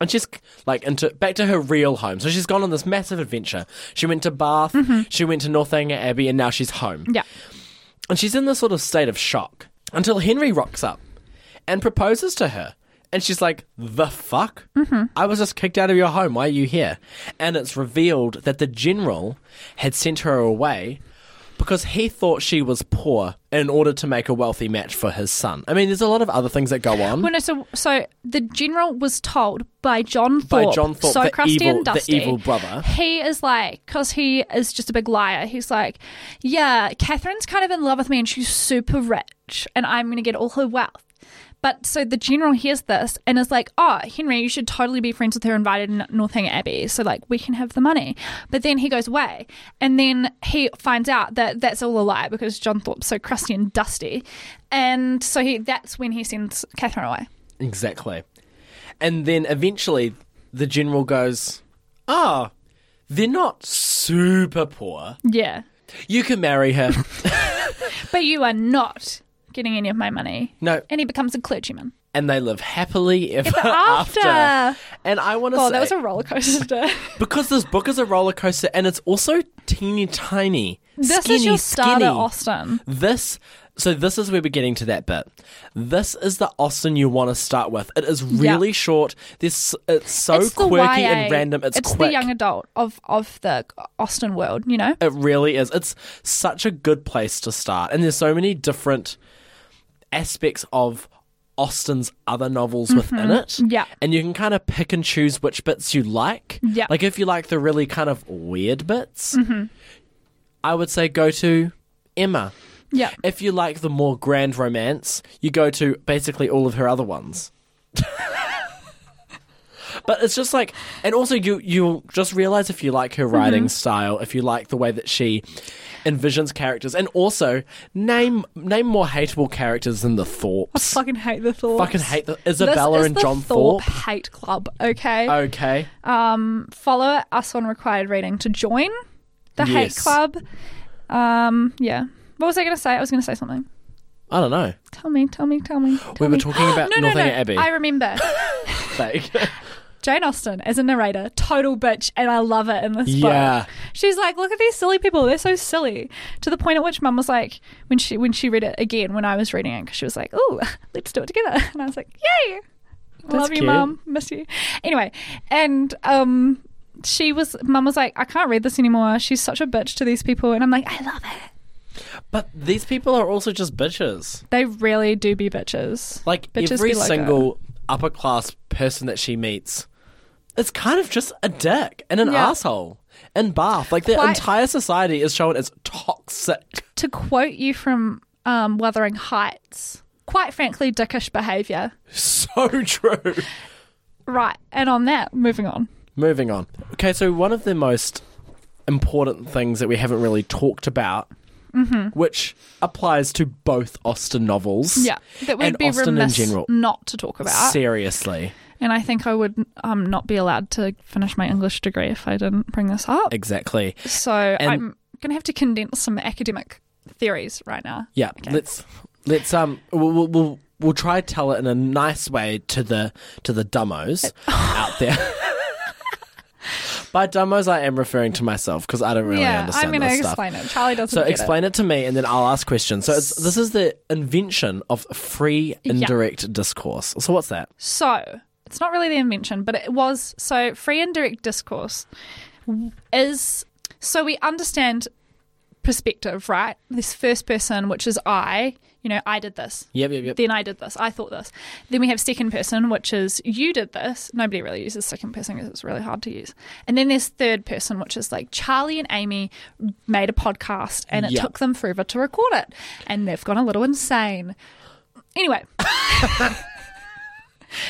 B: and she's like into back to her real home. So she's gone on this massive adventure. She went to Bath,
C: Mm-hmm.
B: she went to Northanger Abbey, and now she's home.
C: yeah,
B: And she's in this sort of state of shock until Henry rocks up and proposes to her. And she's like, the fuck? I was just kicked out of your home. Why are you here? And it's revealed that the general had sent her away because he thought she was poor in order to make a wealthy match for his son. I mean, there's a lot of other things that go on.
C: well, no, so so the general was told by John
B: By
C: Thorpe,
B: John Thorpe,
C: so
B: the
C: crusty
B: evil-
C: and
B: the
C: dusty,
B: evil brother.
C: He is like, because he is just a big liar. He's like, "Yeah, Catherine's kind of in love with me, and she's super rich, and I'm gonna get all her wealth." But so the general hears this and is like, oh, Henry, you should totally be friends with her, invited in Northanger Abbey. So, like, we can have the money. But then he goes away. And then he finds out that that's all a lie because John Thorpe's so crusty and dusty. And so he that's when he sends Catherine away.
B: Exactly. And then eventually the general goes, Ah, they're not super poor.
C: Yeah.
B: You can marry her.
C: But you are not getting any of my money.
B: No.
C: And he becomes a clergyman.
B: and they live happily ever, <laughs>
C: Ever
B: after.
C: after.
B: And I want to
C: Oh,
B: say
C: that was a
B: <laughs>
C: roller coaster.
B: because this book is a roller coaster and it's also teeny tiny.
C: this
B: skinny,
C: is your
B: skinny.
C: starter, Austin.
B: This so this is where we're getting to that bit. This is the Austin you want to start with. It is really short. This it's so
C: it's the
B: quirky
C: YA.
B: and random. It's, quick.
C: the young adult of of the Austin world. You know,
B: It really is. It's such a good place to start. And there's so many different aspects of Austin's other novels within it.
C: Mm-hmm. Yeah.
B: And you can kind of pick and choose which bits you like.
C: Yeah. Mm-hmm.
B: Like if you like the really kind of weird bits, I would say go to Emma.
C: yeah.
B: If you like the more grand romance, you go to basically all of her other ones. <laughs> but it's just like and also you you'll just realize if you like her
C: Mm-hmm.
B: writing style, if you like the way that she envisions characters and also name name more hateable characters than the Thorpes.
C: Fucking hate the thought.
B: Fucking hate the Isabella
C: this is
B: and
C: the
B: John Thorpe.
C: Thorpe
B: Oh.
C: Hate Club. Okay,
B: Okay.
C: follow us on Required Reading to join the Hate
B: Yes.
C: Club. Um, yeah. What was I going to say? I was going to say something.
B: I don't know.
C: Tell me, tell me, tell me. Tell
B: We were
C: me. <gasps>
B: talking about
C: no, no,
B: Northanger
C: no.
B: Abbey. <laughs>
C: I remember <laughs>
B: Like,
C: Jane Austen as a narrator, total bitch, and I love it in this book.
B: yeah.
C: She's like, look at these silly people. They're so silly. To the point at which mum was like, when she when she read it again, when I was reading it, 'cause she was like, oh, <laughs> let's do it together. <laughs> And I was like, yay. Love you,
B: cute.
C: mum. Miss you. Anyway, and um, she was, mum was like, I can't read this anymore. She's such a bitch to these people. And I'm like, I love it.
B: But these people are also just bitches.
C: They really do be bitches.
B: Like
C: Bitches
B: every
C: be like
B: single upper class person that she meets, it's kind of just a dick and an
C: Yeah.
B: asshole and Bath. Like their
C: Quite-
B: entire society is shown as toxic. <laughs>
C: To quote you from um, Wuthering Heights, quite frankly, dickish behaviour.
B: So true.
C: Right. And on that, moving on.
B: Moving on. Okay, so one of the most important things that we haven't really talked about, which applies to both Austen novels.
C: Mm-hmm. Yeah, that would
B: and
C: be
B: Austin
C: remiss
B: in general.
C: not to talk about.
B: Seriously.
C: and I think I would um, not be allowed to finish my English degree if I didn't bring this up.
B: Exactly.
C: So
B: and-
C: I'm gonna have to condense some academic theories right now.
B: Yeah, let's let's um we'll, we'll we'll we'll try to tell it in a nice way to the to the dumbos <laughs> out there. By dumbos, I am referring to myself because I don't really
C: yeah, I'm
B: understand
C: gonna
B: this stuff.
C: explain it. Charlie doesn't.
B: So
C: get
B: explain it. to me, and then I'll ask questions. So it's, this is the invention of free indirect discourse. So what's that?
C: It. So it's not really the invention, but it was. So free and direct discourse is. So we understand perspective, right? This first person, which is I. You know, I did this.
B: Yep, yep, yep.
C: then I did this, I thought this. Then we have second person, which is you did this. Nobody really uses second person because it's really hard to use. And then there's third person, which is like Charlie and Amy made a podcast and it
B: Yeah.
C: took them forever to record it. And they've gone a little insane. Anyway.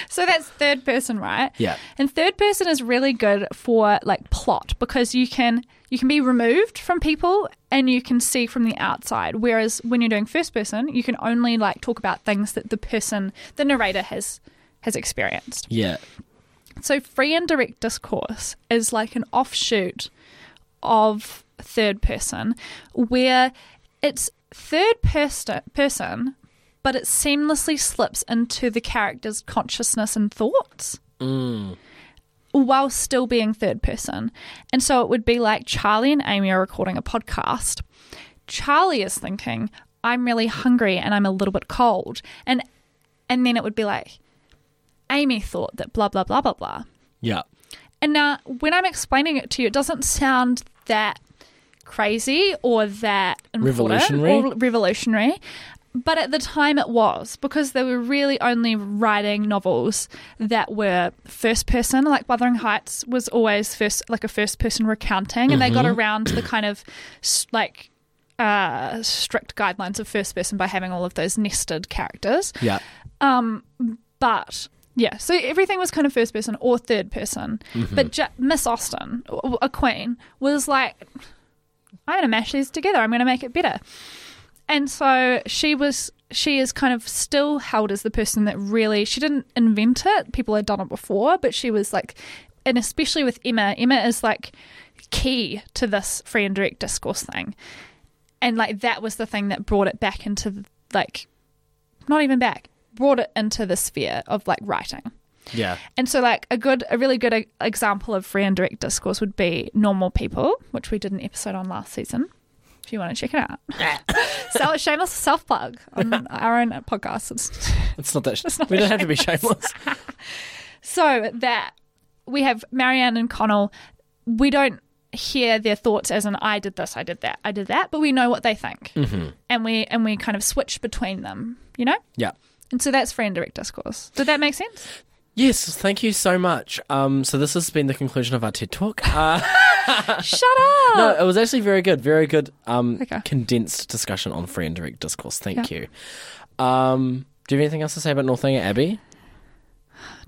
C: So that's third person, right?
B: Yeah.
C: And third person is really good for like plot because you can you can be removed from people and you can see from the outside. Whereas when you're doing first person, you can only like talk about things that the person, the narrator has has experienced.
B: yeah,
C: So free and direct discourse is like an offshoot of third person where it's third person person but it seamlessly slips into the character's consciousness and thoughts while still being third person. And so it would be like Charlie and Amy are recording a podcast. Charlie is thinking, I'm really hungry and I'm a little bit cold. And and then it would be like Amy thought that blah blah blah blah blah.
B: yeah.
C: And now, when I'm explaining it to you, it doesn't sound that crazy or that important
B: Revolutionary?
C: or revolutionary. But at the time, it was because they were really only writing novels that were first person. Like Wuthering Heights was always first, like a first person recounting, and they got around to the kind of s- like uh, strict guidelines of first person by having all of those nested characters.
B: Yeah.
C: Um, But yeah, so everything was kind of first person or third person. But J- Miss Austen, w- a queen, was like, I'm going to mash these together. I'm going to make it better. And so she was. She is kind of still held as the person that really she didn't invent it. People had done it before, but she was like, and especially with Emma, Emma is like key to this free and direct discourse thing, and like that was the thing that brought it back into like not even back brought it into the sphere of like writing.
B: Yeah.
C: And so, like a good, a really good uh, example of free and direct discourse would be Normal People, which we did an episode on last season. If you want to check
B: <laughs>
C: it out, so shameless self plug on our own podcast. It's-
B: It's not that. Sh- we don't have to be shameless.
C: So that we have Marianne and Connell, we don't hear their thoughts as an I did this, I did that, I did that, but we know what they think, and we and we kind of switch between them, you know.
B: yeah.
C: And so that's free and direct discourse. Did that make sense?
B: <laughs> Yes, thank you so much. Um, so this has been the conclusion of our TED talk. Uh,
C: Shut up. <laughs>
B: no, it was actually very good, very good. Um,
C: Okay.
B: condensed discussion on free and direct discourse. Thank you. Um, do you have anything else to say about Northanger Abbey?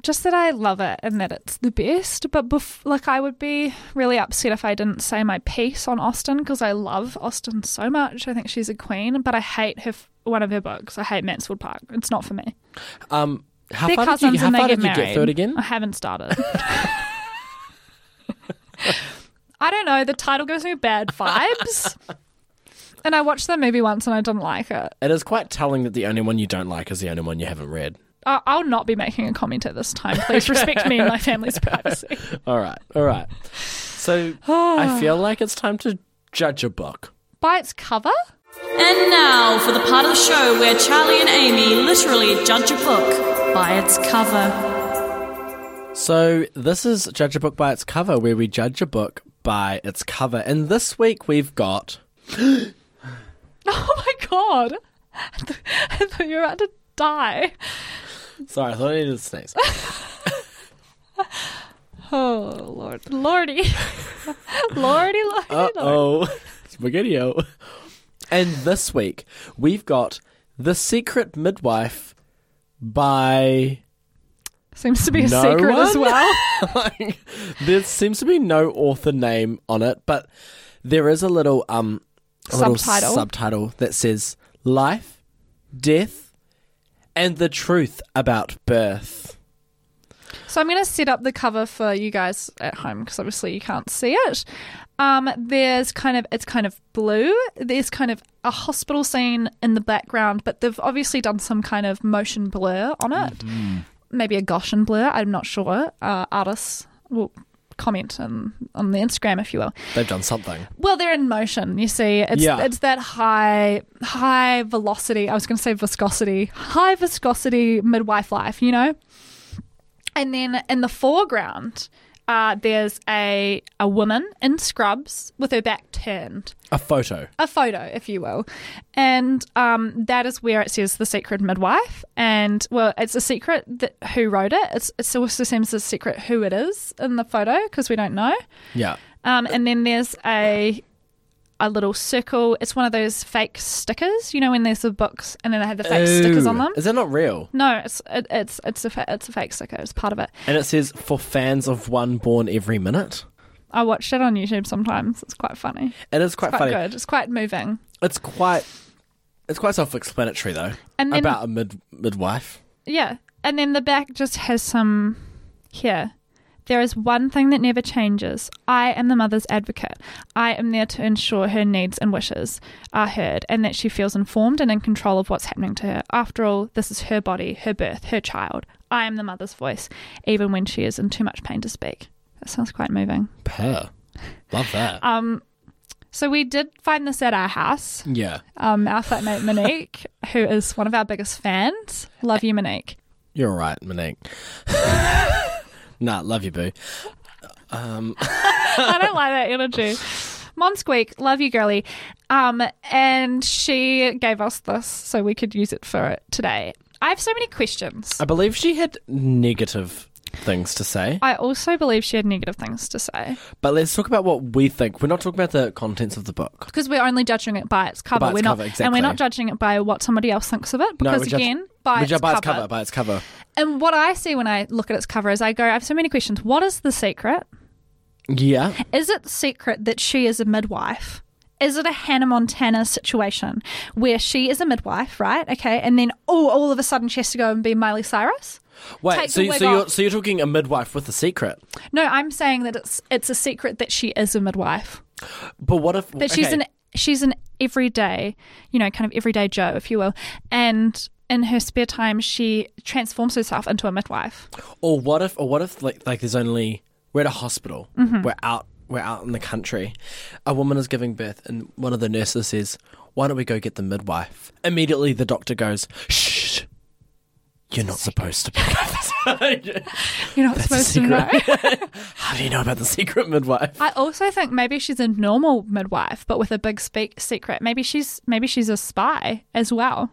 C: just that I love it and that it's the best. But bef- like, I would be really upset if I didn't say my piece on Austin because I love Austin so much. I think she's a queen, but I hate her f- one of her books. I hate Mansfield Park. It's not for me.
B: Um, how
C: They're
B: far did
C: cousins
B: you, how
C: and they
B: far
C: get
B: did
C: married.
B: you get through it
C: I <laughs>
B: again?
C: haven't started.
B: <laughs>
C: I don't know. The title gives me
B: <laughs>
C: bad vibes. and I watched the movie once and I didn't like it.
B: It is quite telling that the only one you don't like is the only one you haven't read.
C: I- I'll not be making a comment at this time.
B: <laughs>
C: Please respect me and my family's privacy.
B: All right, all right. So
C: <sighs>
B: I feel like it's time to judge a book.
C: By its cover,
E: And now for the part of the show where Charlie and Amy literally judge a book by its cover.
B: So this is judge a book by its cover, where we judge a book by its cover. And this week we've got
C: <laughs> Oh my god! I th- I thought you were about to die.
B: Sorry, I thought I needed a sneeze.
C: Oh lord, lordy, lordy, lordy,
B: Uh <laughs>
C: lordy.
B: oh. Spaghetti-O. And this week, we've got The Secret Midwife by.
C: Seems to be a
B: No
C: secret as
B: one?
C: well.
B: <laughs> Like, there seems to be no author name on it, but there is a little um a little
C: Subtitle.
B: subtitle that says Life, Death, and the Truth About Birth.
C: So I'm going to set up the cover for you guys at home because obviously you can't see it. Um, there's kind of it's kind of blue. There's kind of a hospital scene in the background, but they've obviously done some kind of motion blur on it. Maybe a Gaussian blur. I'm not sure. Uh, artists will comment on, on the Instagram if you will.
B: They've done something.
C: Well, they're in motion. You see, it's
B: Yeah.
C: it's that high high velocity. I was going to say viscosity, high viscosity midwife life. You know, and then in the foreground, uh, there's a a woman in scrubs with her back turned,
B: A photo.
C: a photo, if you will, and um, that is where it says the secret midwife. And well, it's a secret that who wrote it. It's it also seems a secret who it is in the photo because we don't know.
B: Yeah.
C: Um, and then there's a a little circle. It's one of those fake stickers, you know, when there's the books and then they have the fake stickers on
B: Ooh.
C: them.
B: Is that not real?
C: No, it's it, it's it's a fa- it's a fake sticker. It's part of it.
B: And it says for fans of one born every minute.
C: I watched it on YouTube sometimes. It's quite funny.
B: It is quite,
C: Quite
B: funny.
C: good. It's quite moving.
B: It's quite it's quite self-explanatory though.
C: And then-
B: about a mid midwife.
C: Yeah. And then the back just has some here. There is one thing that never changes. I am the mother's advocate. I am there to ensure her needs and wishes are heard and that she feels informed and in control of what's happening to her. After all, this is her body, her birth, her child. I am the mother's voice, even when she is in too much pain to speak. That sounds quite moving.
B: Per. Love that.
C: Um, So, we did find this at our house.
B: yeah.
C: Um, our flatmate Monique, who is one of our biggest fans. Love you, Monique.
B: You're right, Monique. <laughs> nah, love you, boo.
C: <laughs> I don't like that energy. Mom Squeak, love you, girly. Um, and she gave us this so we could use it for it today. I have so many questions.
B: I believe she had negative things to say.
C: I also believe she had negative things to say
B: But let's talk about what we think. We're not talking about the contents of the book.
C: because we're only judging it by its cover.
B: By its
C: we're not,
B: cover,
C: and we're
B: exactly.
C: not judging it by what somebody else thinks of it because
B: we judge-
C: again, by,
B: we
C: its
B: judge by
C: cover.
B: its cover, by its cover.
C: And what I see when I look at its cover is I go, I have so many questions. What is the secret?
B: Yeah.
C: <laughs> Is it secret that she is a midwife? Is it a Hannah Montana situation where she is a midwife, right? Okay, and then oh, all of a sudden she has to go and be Miley Cyrus?
B: Wait,
C: Take
B: so,
C: the
B: you-
C: wig
B: so you're
C: off.
B: so you're talking a midwife with a secret.
C: No, I'm saying that it's it's a secret that she is a midwife.
B: But what if
C: That she's
B: okay.
C: an she's an everyday, you know, kind of everyday Joe, if you will, and in her spare time, she transforms herself into a midwife.
B: Or what if? Or what if like like there's only we're at a hospital. We're out. We're out in the country. A woman is giving birth, and one of the nurses says, "Why don't we go get the midwife?" Immediately, the doctor goes, "Shh, you're not supposed to." Be.
C: You're not
B: a
C: supposed to know.
B: <laughs> How do you know about the secret midwife?
C: I also think maybe she's a normal midwife, but with a big speak secret. Maybe she's maybe she's a spy as well.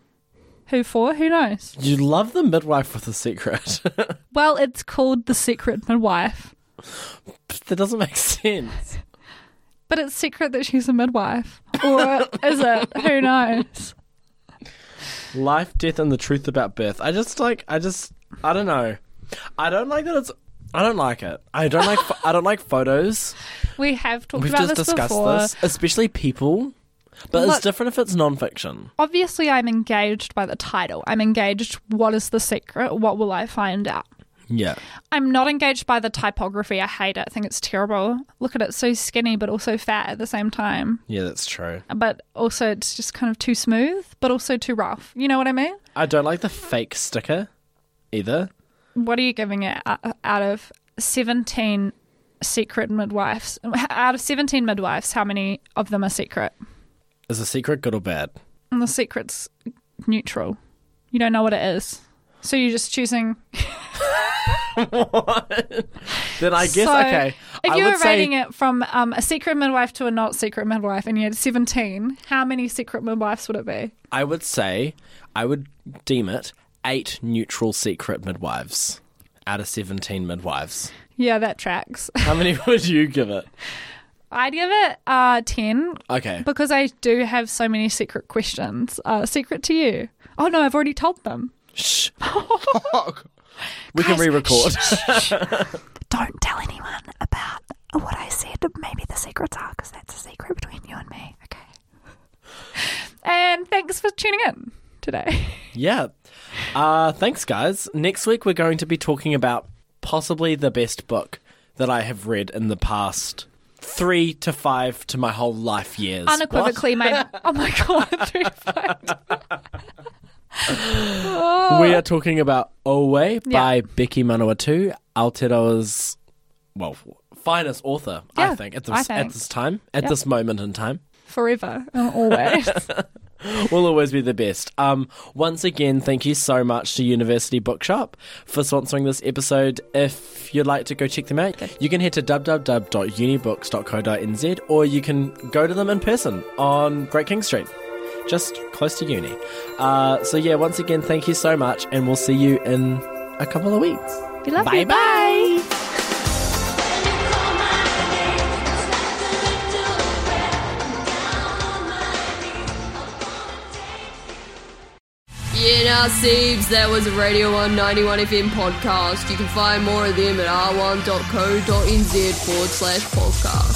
C: Who for? Who knows?
B: You love the midwife with a secret. <laughs>
C: Well, it's called the secret midwife,
B: that doesn't make sense.
C: but it's secret that she's a midwife,
B: <laughs>
C: or is it? Who knows?
B: Life, death, and the truth about birth. I just like. I just. I don't know. I don't like that. It's. I don't like it. I don't like. pho- I don't like photos.
C: We have talked
B: We've
C: about
B: just
C: this
B: discussed
C: before.
B: this, especially people. But
C: Look-
B: it's different if it's non-fiction.
C: Obviously, I'm engaged by the title. I'm engaged. What is the secret? What will I find out?
B: Yeah.
C: I'm not engaged by the typography. I hate it. I think it's terrible. Look at it, so skinny but also fat at the same time.
B: Yeah, that's true.
C: but also it's just kind of too smooth, but also too rough. You know what I mean?
B: I don't like the fake sticker either.
C: What are you giving it o- out of 17 secret midwives? <laughs> Out of 17 midwives, how many of them are secret?
B: Is a secret good or bad?
C: And the secret's neutral. You don't know what it is. So you're just choosing.
B: Then I guess
C: So
B: okay.
C: If
B: I
C: you
B: would
C: were
B: say
C: rating it from um, a secret midwife to a not secret midwife and you had 17, how many secret midwives would it be?
B: I would say I would deem it eight neutral secret midwives out of 17 midwives.
C: Yeah, that tracks. <laughs>
B: How many <laughs> would you give it?
C: I'd give it uh, 10
B: Okay.
C: Because I do have so many secret questions. Uh, secret to you. Oh no, I've already told them.
B: Shh.
C: <laughs>
B: we can re record.
C: <laughs> Don't tell anyone about what I said. Maybe the secrets are, because that's a secret between you and me. Okay. And thanks for tuning in <laughs> today.
B: Yeah. Uh, thanks, guys. Next week, we're going to be talking about possibly the best book that I have read in the past three to five to my whole life years. What?
C: Unequivocally, my oh my god, three five.
B: We are talking about Owe by
C: Yeah.
B: Becky Manawatu, Aotearoa's, well, finest author, I
C: Yeah,
B: think, at
C: I
B: this, at
C: think.
B: this time, at
C: Yeah.
B: this moment in time.
C: forever and always.
B: will always be the best. Um, once again, thank you so much to University Bookshop for sponsoring this episode. If you'd like to go check them out, you can head to www.unibooks.co.nz or you can go to them in person on Great King Street, just close to uni. Uh, so, yeah, once again, thank you so much, and we'll see you in a couple of weeks.
C: We love
B: Bye
C: you.
B: bye.
A: You know, Siebes, that was a Radio 191 FM podcast. You can find more of them at r1.co.nz forward slash podcast.